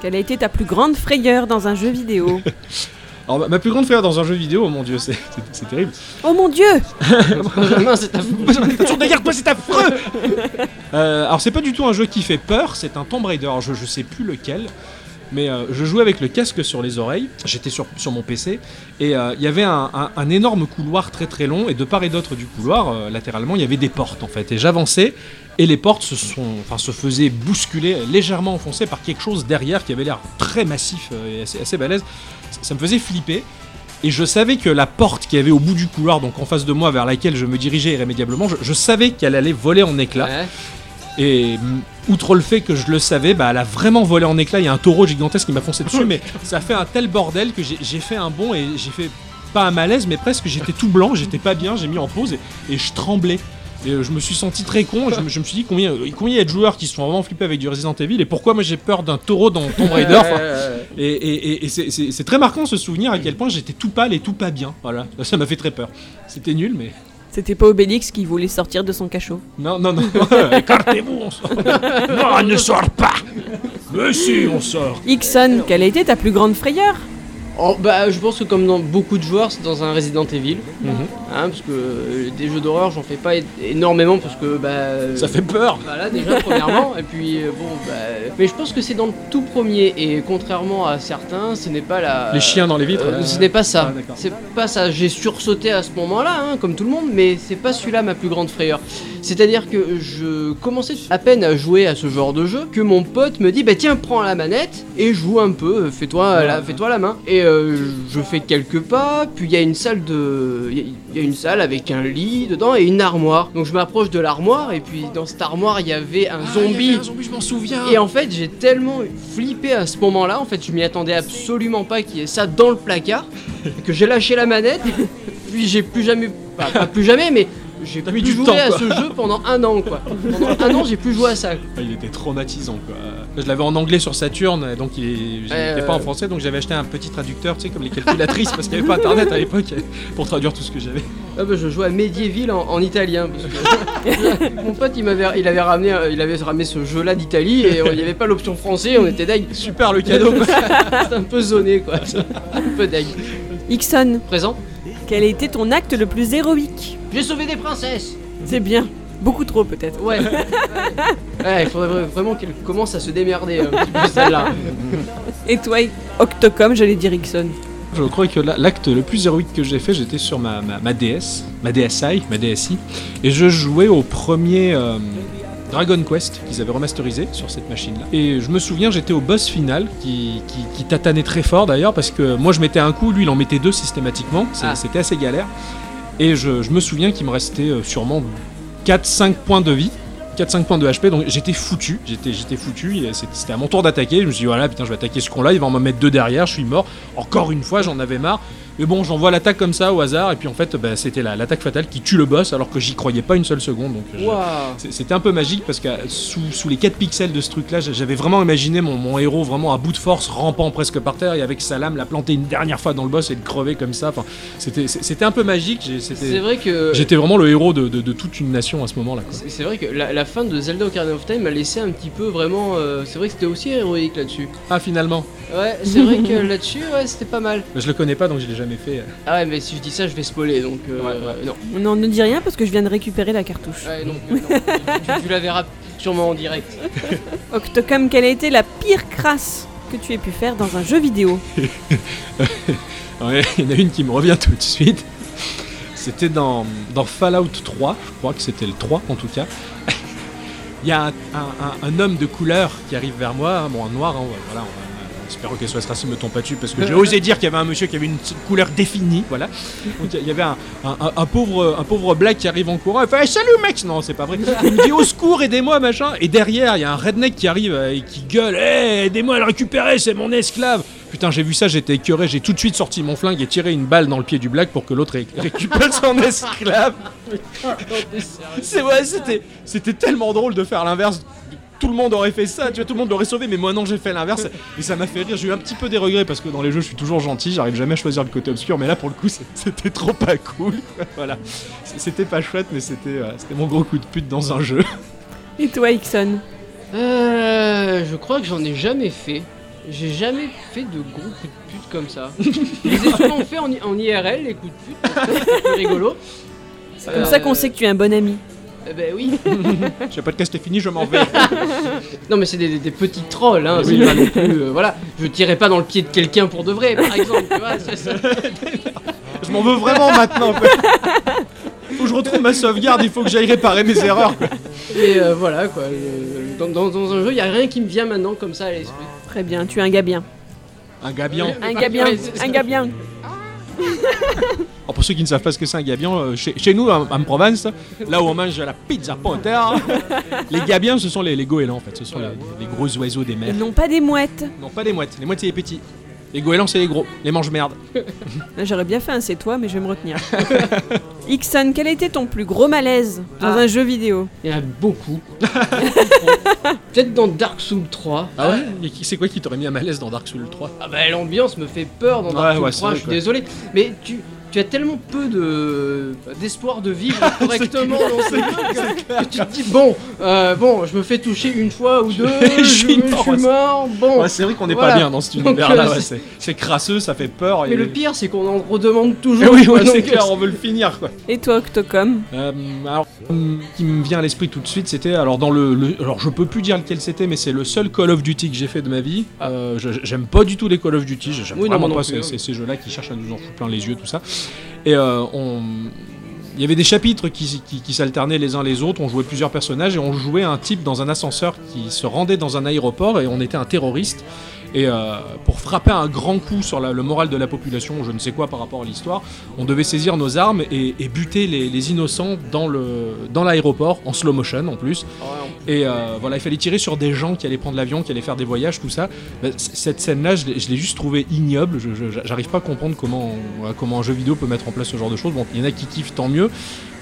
S3: Quelle a été ta plus grande frayeur dans un jeu vidéo
S1: Alors, ma- ma plus grande frère dans un jeu vidéo, oh mon dieu, c'est- c'est c'est terrible.
S3: Oh mon dieu
S2: Benjamin, c'est ta
S1: Attention, derrière toi, c'est affreux Euh, Alors, c'est pas du tout un jeu qui fait peur, c'est un Tomb Raider, je, je sais plus lequel. Mais euh, je jouais avec le casque sur les oreilles, j'étais sur, sur mon PC, et euh, il y avait un, un- un énorme couloir très très long, et de part et d'autre du couloir, euh, latéralement, il y avait des portes en fait. Et j'avançais, et les portes se, sont, enfin, se faisaient bousculer, légèrement enfoncées par quelque chose derrière qui avait l'air très massif euh, et assez, assez balèze. Ça- ça me faisait flipper. Et je savais que la porte qu'il y avait au bout du couloir, donc en face de moi, vers laquelle je me dirigeais irrémédiablement, je, je savais qu'elle allait voler en éclats.
S2: Ouais.
S1: Et mm, outre le fait que je le savais, bah, elle a vraiment volé en éclats. Il y a un taureau gigantesque qui m'a foncé dessus, mais ça a fait un tel bordel que j'ai- j'ai fait un bond et j'ai fait pas un malaise, mais presque j'étais tout blanc, j'étais pas bien, j'ai mis en pause et, et je tremblais. Et euh, je me suis senti très con, je, me- je me suis dit combien, combien il y a de joueurs qui se font vraiment flipper avec du Resident Evil et pourquoi moi j'ai peur d'un taureau dans Tomb Raider. Enfin, et, et- et- et c'est- c'est c'est très marquant ce souvenir à quel point j'étais tout pâle et tout pas bien. Voilà, ça m'a fait très peur. C'était nul, mais.
S3: C'était pas Obélix qui voulait sortir de son cachot.
S1: Non, non, non. Écartez-vous, on sort. Non, on ne sort pas. Mais si, on sort.
S3: Ixon, quelle a été ta plus grande frayeur
S2: Oh, bah, je pense que comme dans beaucoup de joueurs, c'est dans un Resident Evil.
S1: Mhm.
S2: hein, parce que euh, des jeux d'horreur, j'en fais pas é- énormément parce que bah. euh,
S1: Ça fait peur.
S2: Voilà, déjà, premièrement. Et puis, euh, bon, bah. Mais je pense que c'est dans le tout premier. Et contrairement à certains, ce n'est pas la.
S1: Les chiens dans les vitres.
S2: Euh,
S1: là.
S2: ce n'est pas ça.
S1: Ah, d'accord.
S2: c'est pas ça. J'ai sursauté à ce moment-là, hein, comme tout le monde, mais c'est pas celui-là ma plus grande frayeur. C'est-à-dire que je commençais à peine à jouer à ce genre de jeu que mon pote me dit bah tiens prends la manette et joue un peu, euh, fais-toi la, fais-toi la main. Et euh, je fais quelques pas, puis il y a une salle de, il y a- il y a une salle avec un lit dedans et une armoire. Donc je m'approche de l'armoire et puis dans cette armoire il y avait un
S1: Ah, il y
S2: zombie.
S1: avait un zombie, je m'en souviens.
S2: Et en fait, j'ai tellement flippé à ce moment-là, en fait, je m'y attendais absolument pas qu'il y ait ça dans le placard, que j'ai lâché la manette, puis j'ai plus jamais, pas, pas plus jamais, mais j'ai
S1: T'as
S2: plus
S1: mis du
S2: joué
S1: temps,
S2: à
S1: quoi.
S2: ce jeu pendant un an, quoi. Pendant un an, j'ai plus joué à ça.
S1: Ah, Il était traumatisant, quoi. Je l'avais en anglais sur Saturn, et donc il n'était
S2: Ouais, ouais,
S1: pas en
S2: ouais.
S1: français, donc j'avais acheté un petit traducteur, tu sais, comme les calculatrices, parce qu'il n'y avait pas internet à l'époque pour traduire tout ce que j'avais.
S2: Ah bah, je jouais à Medieval en, en italien. parce que- Mon pote, il, m'avait, il, avait ramené, euh, il avait ramené ce jeu-là d'Italie et euh, il n'y avait pas l'option français, on était deg.
S1: Super le cadeau quoi.
S2: C'est un peu zoné quoi. Un peu deg.
S3: Ixon,
S2: Présent
S3: quel a été ton acte le plus héroïque
S2: J'ai sauvé des princesses
S3: C'est bien. Beaucoup trop peut-être.
S2: Ouais. Ouais, il faudrait vraiment qu'elle commence à se démerder un petit peu celle-là.
S3: Et toi, Octocom, j'allais dire Ixon.
S1: Je crois que la- l'acte le plus héroïque que j'ai fait, j'étais sur ma, ma, ma DS, ma DSi, ma DSi, et je jouais au premier euh, Dragon Quest qu'ils avaient remasterisé sur cette machine-là. Et je me souviens, j'étais au boss final, qui, qui, qui tatanait très fort d'ailleurs, parce que moi je mettais un coup, lui il en mettait deux systématiquement, C'est-
S2: Ah.
S1: c'était assez galère. Et je, je me souviens qu'il me restait euh, sûrement 4-5 points de vie. 4-5 points de HP, donc j'étais foutu, j'étais j'étais foutu, et c'était c'était à mon tour d'attaquer, je me suis dit voilà putain je vais attaquer ce con là, il va en mettre deux derrière, je suis mort, encore une fois j'en avais marre, mais bon j'envoie l'attaque comme ça au hasard, et puis en fait bah, c'était la- l'attaque fatale qui tue le boss alors que j'y croyais pas une seule seconde, donc je-
S2: Waouh
S1: c'est- C'était un peu magique parce que sous, sous les 4 pixels de ce truc-là, j'a- j'avais vraiment imaginé mon, mon héros vraiment à bout de force, rampant presque par terre, et avec sa lame la planter une dernière fois dans le boss et le crever comme ça. Enfin, c'était- c'était un peu magique. j'ai-
S2: C'est
S1: c'était-
S2: vrai que.
S1: J'étais vraiment le héros de, de- de toute une nation à ce moment-là. quoi.
S2: C'est c'est vrai que la, la fin de Zelda Ocarina of Time m'a laissé un petit peu vraiment. euh, c'est vrai que c'était aussi héroïque là-dessus.
S1: Ah finalement, Bah,
S2: Ouais, c'est vrai que là-dessus, ouais, c'était pas mal.
S1: je le connais pas donc je l'ai jamais fait. euh.
S2: Ah ouais, mais si je dis ça, je vais spoiler donc. euh,
S1: Ouais,
S2: Non.
S3: Non, ne dis rien parce que je viens de récupérer la cartouche.
S2: Ouais, non, non. tu, tu la verras sûrement en direct.
S3: Octocom, quelle a été la pire crasse que tu aies pu faire dans un jeu vidéo
S1: Ouais, il y en a une qui me revient tout de suite. C'était dans, dans Fallout 3, je crois que c'était le 3 en tout cas. Il y a un, un- un- un homme de couleur qui arrive vers moi, bon, un noir, hein, voilà, on, on espère que soit raciste me tombe pas dessus parce que j'ai osé dire qu'il y avait un monsieur qui avait une couleur définie, voilà. Donc il y avait un, un- un- un pauvre, un pauvre black qui arrive en courant, il fait Hey, Salut mec Non, c'est pas vrai. Il me dit Au secours, aidez-moi, machin. Et derrière, il y a un redneck qui arrive euh, et qui gueule Hey, aidez-moi à le récupérer, c'est mon esclave Putain, j'ai vu ça, j'étais écœuré, j'ai tout de suite sorti mon flingue et tiré une balle dans le pied du black pour que l'autre ré- récupère son esclave. C'est ouais, c'était, c'était tellement drôle de faire l'inverse. Tout le monde aurait fait ça, tu vois, tout le monde l'aurait sauvé, mais moi non, j'ai fait l'inverse et ça m'a fait rire. J'ai eu un petit peu des regrets parce que dans les jeux, je suis toujours gentil, j'arrive jamais à choisir le côté obscur, mais là pour le coup, c'est- c'était trop pas cool. voilà, C- c'était pas chouette, mais c'était, euh, c'était mon gros coup de pute dans un jeu.
S3: Et toi, Ixon
S2: Euh, je crois que j'en ai jamais fait. J'ai jamais fait de gros coups de pute comme ça. Je les ai souvent fait en, I- en IRL, les coups de pute. parce que C'est plus rigolo.
S3: C'est
S2: Euh,
S3: comme ça qu'on sait que tu es un bon ami.
S2: Eh ben oui.
S1: J'ai pas de casse, fini, je m'en vais.
S2: Non, mais c'est des, des- des petits trolls, hein. c'est
S1: Oui, oui.
S2: pas non plus, euh, voilà, je tirais pas dans le pied de quelqu'un pour de vrai, par exemple. tu vois, c'est- c'est-
S1: Je m'en veux vraiment maintenant. Quoi. Faut que je retrouve ma sauvegarde, il faut que j'aille réparer mes erreurs. quoi.
S2: Mais euh, voilà, quoi. euh, Dans, dans- dans un jeu, il y a rien qui me vient maintenant comme ça à l'esprit.
S3: Très bien, tu es un gars bien.
S1: Un gabian.
S2: Ah,
S3: Un gars bien, un gars bien.
S1: Alors, Ah, pour ceux qui ne savent pas ce que c'est un gabian, euh, chez, chez nous, en, en Provence, là où on mange la pizza panthère, les gabiens, ce sont les, les goélands en fait, ce sont les, les gros oiseaux des mers.
S3: Ils n'ont pas des mouettes.
S1: Non, pas les mouettes, les mouettes c'est les petits. Les goélands c'est les gros, les mange merde.
S3: Là, Ah, J'aurais bien fait un c'est toi, mais je vais me retenir. Ixon, quel a été ton plus gros malaise dans
S2: Ah.
S3: un jeu vidéo
S2: Il y en a beaucoup. Peut-être dans Dark Souls 3.
S1: Ah ouais Et qui- C'est quoi qui t'aurait mis à malaise dans Dark Souls 3
S2: Ah bah l'ambiance me fait peur dans
S1: Ouais,
S2: Dark Souls
S1: ouais, c'est
S2: 3,
S1: vrai,
S2: je suis
S1: quoi.
S2: désolé. Mais tu, tu as tellement peu de d'espoir de vivre correctement dans ce jeu que tu te dis bon, euh, bon, je me fais toucher une fois ou deux, je,
S1: Je suis
S2: me- je
S1: mort,
S2: suis
S1: ouais, c'est-
S2: mort, bon.
S1: Ouais, c'est vrai qu'on n'est
S2: Voilà.
S1: pas bien dans cet
S2: Donc,
S1: univers là,
S2: euh,
S1: ouais,
S2: c'est-
S1: c'est c'est crasseux, ça fait peur.
S2: Mais
S1: et-
S2: le pire, c'est qu'on en redemande toujours.
S1: Eh Oh, oui, ouais,
S2: quoi,
S1: c'est
S2: donc,
S1: clair, on veut le finir quoi.
S3: Et toi, Octocom
S1: Euh, alors, hum, qui me vient à l'esprit tout de suite, c'était alors dans le, le- alors je peux plus dire lequel c'était, mais c'est le seul Call of Duty que j'ai fait de ma vie. Euh, je- J'aime pas du tout les Call of Duty, j'aime
S2: Oui, non,
S1: vraiment
S2: moi non
S1: pas
S2: plus,
S1: ces,
S2: hein.
S1: ces- ces jeux-là qui cherchent à nous en foutre plein les yeux, tout ça. Et euh, on, il y avait des chapitres qui, qui- qui s'alternaient les uns les autres. On jouait plusieurs personnages et on jouait un type dans un ascenseur qui se rendait dans un aéroport et on était un terroriste. Et euh, pour frapper un grand coup sur la- le moral de la population, ou je ne sais quoi par rapport à l'histoire, on devait saisir nos armes et, et buter les, les innocents dans le- dans l'aéroport, en slow motion en plus. Et euh, voilà, il fallait tirer sur des gens qui allaient prendre l'avion, qui allaient faire des voyages, tout ça. Bah, c- cette scène-là, je l'ai je l'ai juste trouvée ignoble. Je- je- J'arrive pas à comprendre comment, voilà, comment un jeu vidéo peut mettre en place ce genre de choses. Bon, il y en a qui kiffent, tant mieux.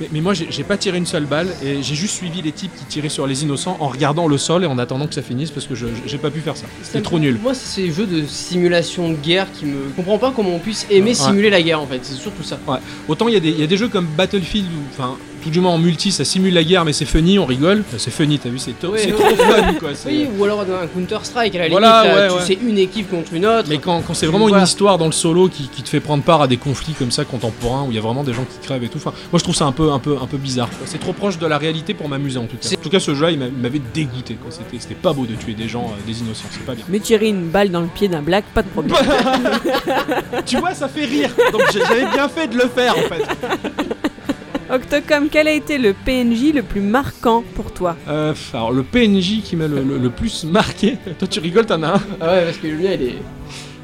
S1: Mais, mais moi, j'ai j'ai pas tiré une seule balle et j'ai juste suivi les types qui tiraient sur les innocents en regardant le sol et en attendant que ça finisse parce que je- j'ai pas pu faire ça. C'était trop nul.
S2: Moi, c'est ces jeux de simulation de guerre qui me. Je comprends pas comment on puisse aimer
S1: Ouais.
S2: simuler la guerre en fait, c'est surtout ça.
S1: Autant il y, a des- il y a des jeux comme Battlefield, où, enfin, tout du moins en multi, ça simule la guerre, mais c'est funny, on rigole. Enfin, C'est funny, t'as vu, c'est to-
S2: Ouais,
S1: c'est
S2: ouais.
S1: trop fun, quoi. c'est-
S2: Oui, ou alors un Counter-Strike, à la
S1: Voilà,
S2: limite, là,
S1: ouais,
S2: tu-
S1: ouais.
S2: c'est une équipe contre une autre.
S1: Mais quand, quand c'est vraiment une
S2: Voilà.
S1: histoire dans le solo qui, qui te fait prendre part à des conflits comme ça contemporains où il y a vraiment des gens qui crèvent et tout, enfin, moi je trouve ça un peu, un peu, un peu bizarre. quoi. C'est trop proche de la réalité pour m'amuser en tout cas.
S2: C'est-
S1: En tout cas, ce jeu-là, il m'a- il m'avait dégoûté. quoi. C'était c'était pas beau de tuer des gens, euh, des innocents, c'est pas bien.
S3: Mais tirer une balle dans le pied d'un black, pas de problème.
S1: tu vois, ça fait rire. Donc j'ai- j'avais bien fait de le faire en fait.
S3: Octocom, quel a été le PNJ le plus marquant pour toi
S1: Euh, pff, alors le PNJ qui m'a le, le- le plus marqué. Toi, tu rigoles, t'en as un.
S2: Ah ouais, parce que le mien, il est.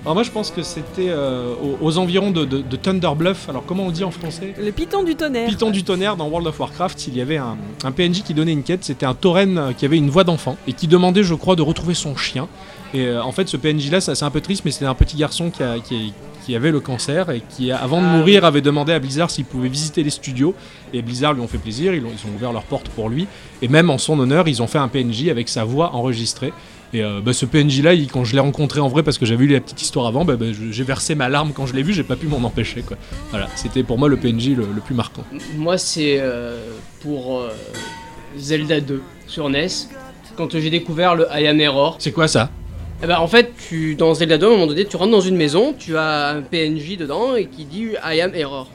S1: Alors moi, je pense que c'était euh, aux, aux environs de, de- de Thunder Bluff. Alors comment on dit en français
S3: Le piton du tonnerre.
S1: Python du tonnerre dans World of Warcraft, il y avait un, un PNJ qui donnait une quête, c'était un tauren euh, qui avait une voix d'enfant et qui demandait, je crois, de retrouver son chien. Et euh, en fait, ce PNJ là, ça, c'est un peu triste, mais c'était un petit garçon qui, a- qui a- qui avait le cancer et qui, avant de
S2: Ah,
S1: mourir, avait demandé à Blizzard s'il pouvait visiter les studios. Et Blizzard lui ont fait plaisir, ils, ont- ils ont ouvert leurs portes pour lui. Et même en son honneur, ils ont fait un PNJ avec sa voix enregistrée. Et euh, bah, ce PNJ là, il- quand je l'ai rencontré en vrai, parce que j'avais eu la petite histoire avant, bah, bah, je- j'ai versé ma larme quand je l'ai vu, j'ai pas pu m'en empêcher. Quoi. Voilà, c'était pour moi le PNJ le- le plus marquant.
S2: Moi, c'est euh, pour euh, Zelda 2 sur NES. Quand j'ai découvert le I Am Error,
S1: C'est quoi ça
S2: eh ben, en fait, tu, dans Zelda 2, à un moment donné, tu rentres dans une maison, tu as un PNJ dedans et qui dit I Am Error.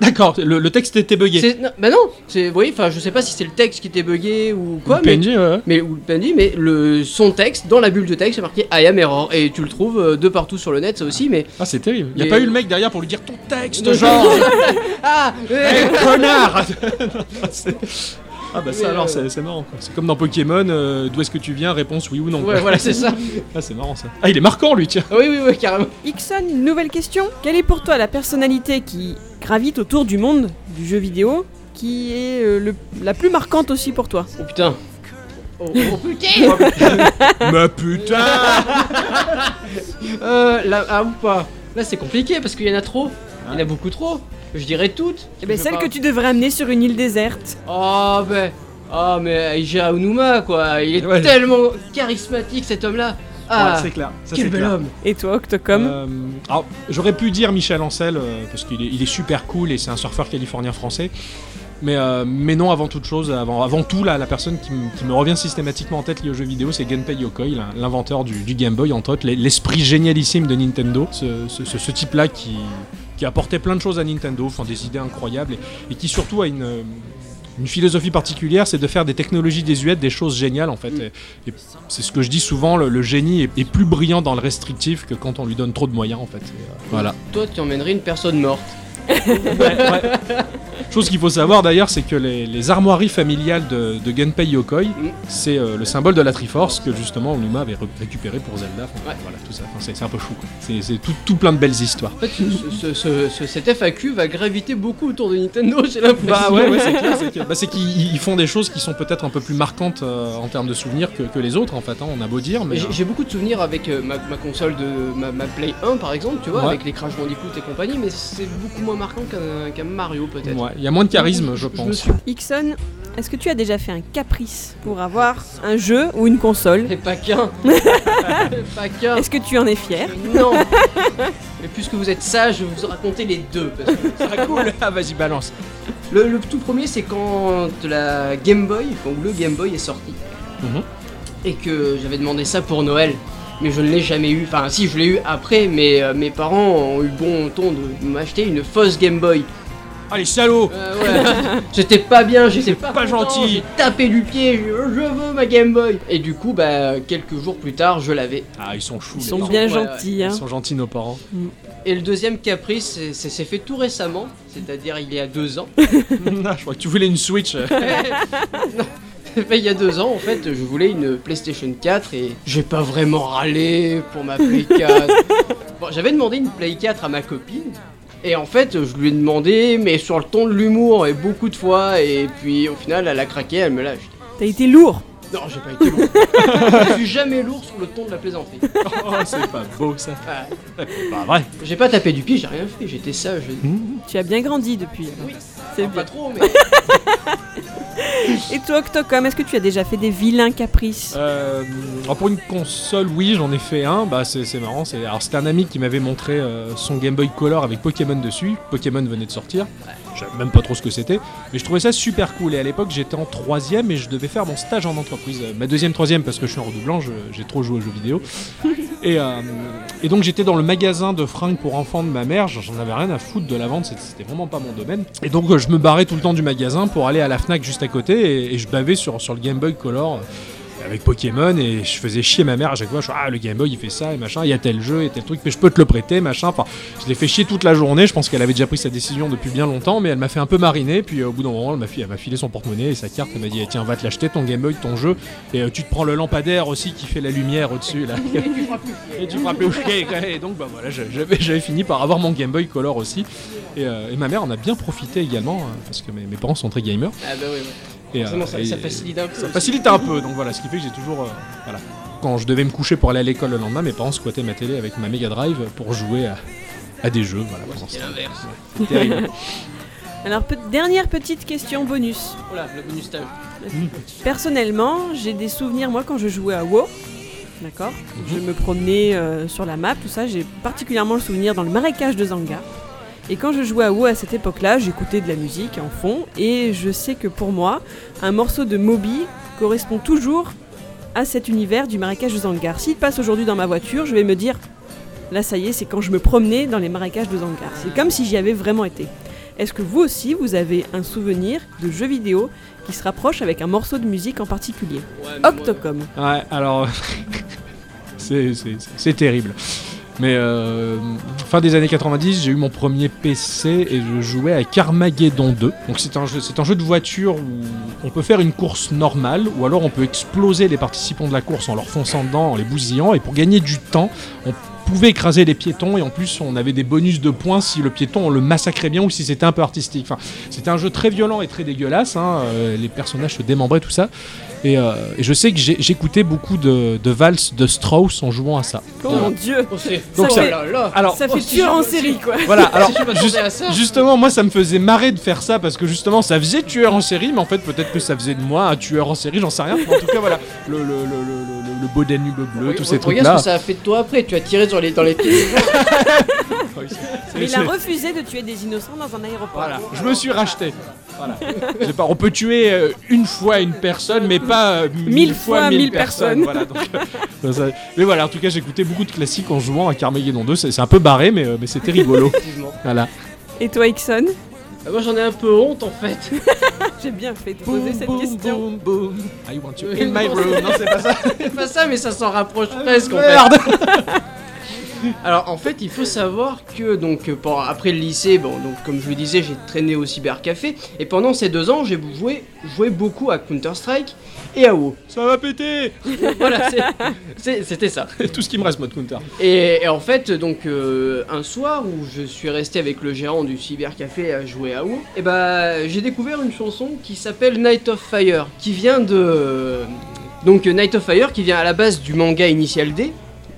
S1: D'accord, le, le texte était buggé.
S2: C'est- non, bah non, c'est, vous voyez, enfin, je sais pas si c'est le texte qui était buggé ou quoi,
S1: Le
S2: mais,
S1: PNJ, ouais.
S2: mais ou le PNJ, mais le son texte dans la bulle de texte, c'est marqué I am error et tu le trouves euh, de partout sur le net, ça aussi, mais
S1: Ah, c'est terrible. Il n'y a
S2: Mais-
S1: pas eu le mec derrière pour lui dire ton texte,
S2: Non,
S1: genre.
S2: ah,
S1: Hey, connard C'est- Ah, bah
S2: Mais,
S1: ça alors,
S2: euh,
S1: c'est c'est marrant. quoi. C'est comme dans Pokémon, euh, d'où est-ce que tu viens Réponse oui ou non. quoi.
S2: ouais, voilà, c'est ça.
S1: Ah, c'est marrant ça. Ah, il est marquant lui, tiens.
S2: Oui, oui, oui, carrément.
S3: Ixon, une nouvelle question. Quelle est pour toi la personnalité qui gravite autour du monde du jeu vidéo qui est euh, le- la plus marquante aussi pour toi
S2: Oh putain. Oh, oh, putain.
S1: Mais putain
S2: Euh, là, ah ou pas Là, c'est compliqué parce qu'il y en a trop. Il y en a beaucoup trop. Je dirais toutes.
S3: Eh ben,
S2: Je
S3: Celle
S2: sais
S3: que
S2: pas.
S3: tu devrais amener sur une île déserte.
S2: Oh, ben. Oh, mais Aija Aonuma, quoi. Il est
S1: Ouais.
S2: tellement charismatique, cet homme-là. Ah,
S1: Ouais, C'est clair. Ça,
S2: quel
S1: c'est
S2: bel
S1: clair.
S2: homme.
S3: Et toi, Octocom
S1: Euh, alors, j'aurais pu dire Michel Ancel, euh, parce qu'il est, il est super cool et c'est un surfeur californien français. Mais, euh, mais non, avant toute chose, avant, avant tout, là, la personne qui, me- qui me revient systématiquement en tête liée aux jeux vidéo, c'est Gunpei Yokoi, l'in- l'inventeur du, du Game Boy, entre autres, l'es- l'esprit génialissime de Nintendo. Ce, ce- ce- ce type-là qui, qui apportait plein de choses à Nintendo, enfin, des idées incroyables, et, et qui surtout a une, euh, une philosophie particulière, c'est de faire des technologies désuètes, des choses géniales, en fait.
S2: Mm.
S1: Et- et c'est ce que je dis souvent, le, le génie est, est plus brillant dans le restrictif que quand on lui donne trop de moyens en fait. Et, euh, voilà.
S2: Toi, tu emmènerais une personne morte.
S1: Chose qu'il faut savoir d'ailleurs, c'est que les, les armoiries familiales de, de Gunpei Yokoi,
S2: Mm.
S1: c'est euh, le symbole de la Triforce que justement Onuma avait re- récupéré pour Zelda. Enfin,
S2: Ouais.
S1: Voilà, tout ça. Enfin, c'est c'est un peu chou. quoi. C'est c'est tout, tout plein de belles histoires.
S2: En fait, ce- ce- ce- ce- cet FAQ va graviter beaucoup autour de Nintendo, j'ai l'impression.
S1: Bah ouais, ouais, c'est clair, c'est que- bah, c'est qu'ils ils font des choses qui sont peut-être un peu plus marquantes euh, en termes de souvenirs que, que les autres en fait. hein. On a beau dire, mais
S2: J'ai
S1: euh,
S2: j'ai beaucoup de souvenirs avec euh, ma, ma console de ma, ma Play 1 par exemple, tu vois,
S1: Ouais.
S2: avec les Crash Bandicoot et compagnie, mais c'est beaucoup moins marquant qu'un qu'un Mario peut-être.
S1: ouais, il y a moins de charisme, je
S2: me
S1: pense.
S2: suis-
S3: Ixon, est-ce que tu as déjà fait un caprice pour avoir un jeu ou une console
S2: Et pas qu'un Pas qu'un
S3: Est-ce que tu en es fier
S2: Non Mais puisque vous êtes sage, je vais vous raconter les deux. parce que ça sera cool.
S1: Ah, vas-y, balance.
S2: Le, le tout premier, c'est quand la Game Boy, quand le Game Boy est sorti,
S1: Mhm.
S2: et que j'avais demandé ça pour Noël. Mais je ne l'ai jamais eu. Enfin, si, je l'ai eu après, mais euh, mes parents ont eu bon ton de m'acheter une fausse Game Boy.
S1: Ah, les salauds
S2: Euh, ouais. j'étais pas bien, j'étais pas,
S1: pas
S2: content,
S1: gentil.
S2: J'ai tapé du pied, j'ai dit, je veux ma Game Boy. Et du coup, bah quelques jours plus tard, je l'avais.
S1: Ah, ils sont choux.
S3: Ils
S1: les
S3: sont
S1: parents.
S3: bien
S2: ouais,
S3: gentils.
S1: Ils
S3: Hein.
S1: sont gentils, nos parents.
S2: Et le deuxième caprice, c'est- c'est c'est fait tout
S1: Ah,
S2: récemment, c'est-à-dire il y a deux ans.
S1: Oh, je crois que tu voulais une Switch.
S2: non, fait il y a deux ans en fait je voulais une PlayStation 4 et j'ai pas vraiment râlé pour ma Play 4. Bon, j'avais demandé une Play 4 à ma copine et en fait je lui ai demandé mais sur le ton de l'humour et beaucoup de fois et puis au final elle a craqué, elle me l'a acheté.
S3: T'as été lourd.
S2: Non j'ai pas été lourd. je suis jamais lourd sur le ton de la plaisanterie.
S1: Oh, c'est pas beau ça.
S2: Ah,
S1: Bah, vrai.
S2: j'ai pas tapé du pied, j'ai rien fait, j'étais sage.
S3: Tu as bien grandi depuis. alors.
S2: Oui. Ah, bah.
S3: C'est
S2: Pas
S3: bien.
S2: trop mais...
S3: Et toi, Octocom, est-ce que tu as déjà fait des vilains caprices
S1: Euh, alors pour une console, oui, j'en ai fait un. Bah, c'est c'est marrant. c'est- Alors, c'était un ami qui m'avait montré euh, son Game Boy Color avec Pokémon dessus. Pokémon venait de sortir. Je savais même pas trop ce que c'était. Mais je trouvais ça super cool. Et à l'époque, j'étais en troisième et je devais faire mon stage en entreprise. Euh, Ma deuxième, troisième, parce que je suis en redoublant, je- j'ai trop joué aux jeux vidéo. Et, euh, et donc, j'étais dans le magasin de fringues pour enfants de ma mère. J'en j'en avais rien à foutre de la vente. c'était- C'était vraiment pas mon domaine. Et donc, euh, je me barrais tout le temps du magasin pour aller à la Fnac juste à côté. Et, et je bavais sur, sur le Game Boy Color euh, avec Pokémon et je faisais chier ma mère à chaque fois. Je suis ah le Game Boy il fait ça et machin, il y a tel jeu et tel truc, mais je peux te le prêter machin. Enfin, je l'ai fait chier toute la journée. Je pense qu'elle avait déjà pris sa décision depuis bien longtemps, mais elle m'a fait un peu mariner. Puis euh, au bout d'un moment, elle m'a fi- elle m'a filé son porte-monnaie et sa carte. Elle m'a dit eh, tiens va te l'acheter ton Game Boy, ton jeu et euh, tu te prends le lampadaire aussi qui fait la lumière au-dessus là. et tu frappes le bouquet, quoi. Et donc bah voilà, j'a- j'avais j'avais fini par avoir mon Game Boy Color aussi. Et, euh, et ma mère en a bien profité également euh, parce que mes, mes parents sont très gamers.
S2: Ah bah oui, ouais.
S1: Et, euh,
S2: Forcément, ça,
S1: et-
S2: ça facilite un peu.
S1: ça
S2: aussi.
S1: facilite un peu, donc voilà, ce qui fait que j'ai toujours. euh, voilà. Quand je devais me coucher pour aller à l'école le lendemain, mes parents squattaient ma télé avec ma Mega Drive pour jouer à, à des jeux. Voilà, pendant ce
S2: C'est
S1: temps.
S2: l'inverse.
S1: Terrible.
S3: Alors, pe- dernière petite question bonus.
S2: Oh là, le bonus stage.
S3: Personnellement, j'ai des souvenirs, moi, quand je jouais à WoW, d'accord Je me promenais euh, sur la map, tout ça, j'ai particulièrement le souvenir dans le marécage de Zanga. Et quand je jouais à WoW à cette époque-là, j'écoutais de la musique en fond, et je sais que pour moi, un morceau de Moby correspond toujours à cet univers du marécage de Zangar. S'il passe aujourd'hui dans ma voiture, je vais me dire, là ça y est, c'est quand je me promenais dans les marécages de Zangar. C'est comme si j'y avais vraiment été. Est-ce que vous aussi, vous avez un souvenir de jeu vidéo qui se rapproche avec un morceau de musique en particulier.
S2: Ouais, mais
S3: Octocom.
S1: Ouais, alors. c'est- c'est c'est terrible. Mais euh, fin des années 90, j'ai eu mon premier PC et je jouais à Carmageddon 2. Donc c'est un, jeu- c'est un jeu de voiture où on peut faire une course normale ou alors on peut exploser les participants de la course en leur fonçant dedans, en les bousillant. Et pour gagner du temps, on pouvait écraser les piétons et en plus on avait des bonus de points si le piéton on le massacrait bien ou si c'était un peu artistique. Enfin, c'était un jeu très violent et très dégueulasse. hein, euh, les personnages se démembraient, tout ça. Et, euh, et je sais que j'ai- j'écoutais beaucoup de, de valses de Strauss en jouant à ça.
S3: Oh
S1: Voilà.
S3: mon dieu
S2: moi, c'est-
S1: Donc
S2: oh
S1: ça-
S2: là là.
S1: Alors,
S3: Ça
S2: oh,
S3: fait
S2: si
S3: tueur en
S2: j'avais-
S3: série quoi
S1: voilà, alors
S2: Si je m'attendais
S1: juste-
S2: à ça.
S1: justement, moi ça me faisait marrer de faire ça parce que justement ça faisait tueur en série, mais en fait peut-être que ça faisait de moi un tueur en série, j'en sais rien. Mais en tout cas, voilà, le, le, le, le, le- le beau Danube bleu,
S2: Oui,
S1: tous
S2: re-
S1: ces
S2: regarde
S1: trucs-là.
S2: ce que ça a fait de toi après, tu as tiré sur les, dans les pieds.
S3: Mais il a refusé de tuer des innocents dans un aéroport.
S1: Voilà, je me suis racheté. Voilà. Je sais pas, on peut tuer euh, une fois une personne, mais pas euh, mille fois mille personnes. Voilà, donc, euh, ça- mais voilà, en tout cas, j'écoutais beaucoup de classiques en jouant à Carmageddon 2. C'est c'est un peu barré, mais, euh, mais c'était rigolo.
S2: Effectivement.
S1: Voilà.
S3: Et toi Ixon
S2: Ah, moi j'en ai un peu honte en fait.
S3: J'ai bien fait de poser cette question.
S1: boum, boum. I want you in my room. Non, c'est pas ça.
S2: C'est pas ça, mais ça s'en rapproche presque en fait.
S1: Ah, Merde.
S2: Alors en fait, il faut savoir que donc euh, pour- après le lycée, bon donc comme je le disais, j'ai traîné au cybercafé et pendant ces deux ans, j'ai joué, joué beaucoup à Counter Strike et à WoW.
S1: Ça va péter.
S2: voilà, c'est- c'est- c'était ça.
S1: Tout ce qui me reste, mode counter.
S2: Et, et en fait, donc euh, un soir où je suis resté avec le gérant du cybercafé à jouer à WoW, et bah j'ai découvert une chanson qui s'appelle Night of Fire, qui vient de donc euh, Night of Fire, qui vient à la base du manga Initial D.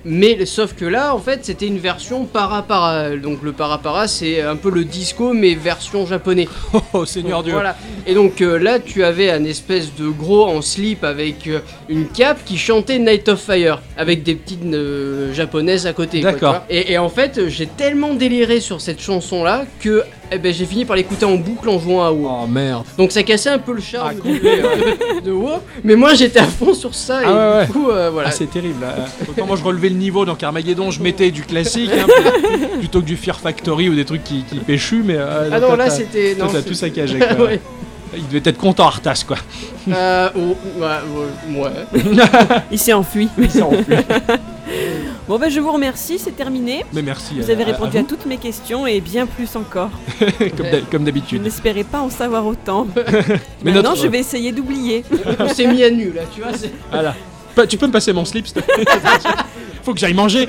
S2: Mais sauf que là, en fait, c'était une version para-para. Donc le para-para, c'est un peu le disco, mais version japonais.
S1: Oh, oh, Seigneur Dieu.
S2: Voilà. Et donc euh, là, tu avais un espèce de gros en slip avec euh, une cape qui chantait Night of Fire avec des petites euh, japonaises à côté. quoi,
S1: D'accord.
S2: tu vois. Et, et en fait, j'ai tellement déliré sur cette chanson là que eh ben, j'ai fini par l'écouter en boucle en jouant à WoW.
S1: Oh merde.
S2: Donc ça cassait un peu le charme
S1: Ah,
S2: de- euh,
S1: complet,
S2: de WoW. Mais moi, j'étais à fond sur ça et
S1: Ah, ouais,
S2: du coup, euh, voilà.
S1: Ah, c'est terrible. là. Autant moi je relevais le niveau dans Carmageddon, je mettais du classique hein, plutôt- plutôt que du Fear Factory ou des trucs qui, qui péchuent, mais. euh,
S2: ah non,
S1: toi,
S2: là
S1: t'as-
S2: c'était.
S1: toi,
S2: non,
S1: t'as
S2: c'est-
S1: tout saccagé, quoi.
S2: Ouais.
S1: Il devait être content Arthas quoi.
S2: Euh, oh, ouais, ouais, ouais.
S3: Il s'est enfui. Bon bah je vous remercie, c'est terminé.
S1: Mais merci.
S3: Vous
S1: à-
S3: avez
S1: Euh, à- à
S3: répondu à,
S1: vous,
S3: toutes mes questions et bien plus encore.
S1: euh, comme d'hab- comme
S3: Je
S1: d'habitude.
S3: n'espérais pas en savoir autant.
S1: Mais
S3: Maintenant,
S1: notre-
S3: je vais essayer d'oublier.
S2: On s'est mis à nu là, tu vois. c'est-
S1: Voilà. Pa- Tu peux me passer mon slip, s'il te plaît Faut que j'aille manger.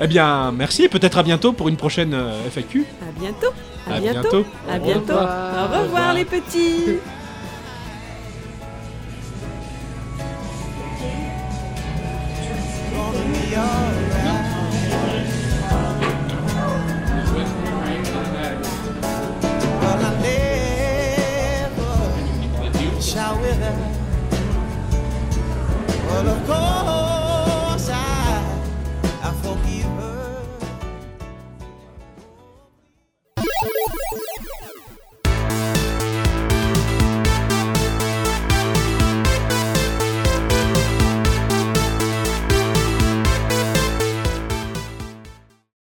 S1: eh bien, merci. et Peut-être à bientôt pour une prochaine euh, FAQ.
S3: À bientôt. À,
S1: À
S3: bientôt.
S1: bientôt.
S3: À bientôt.
S2: Au
S3: Au
S2: revoir.
S3: revoir, les petits.
S4: gonna be alright.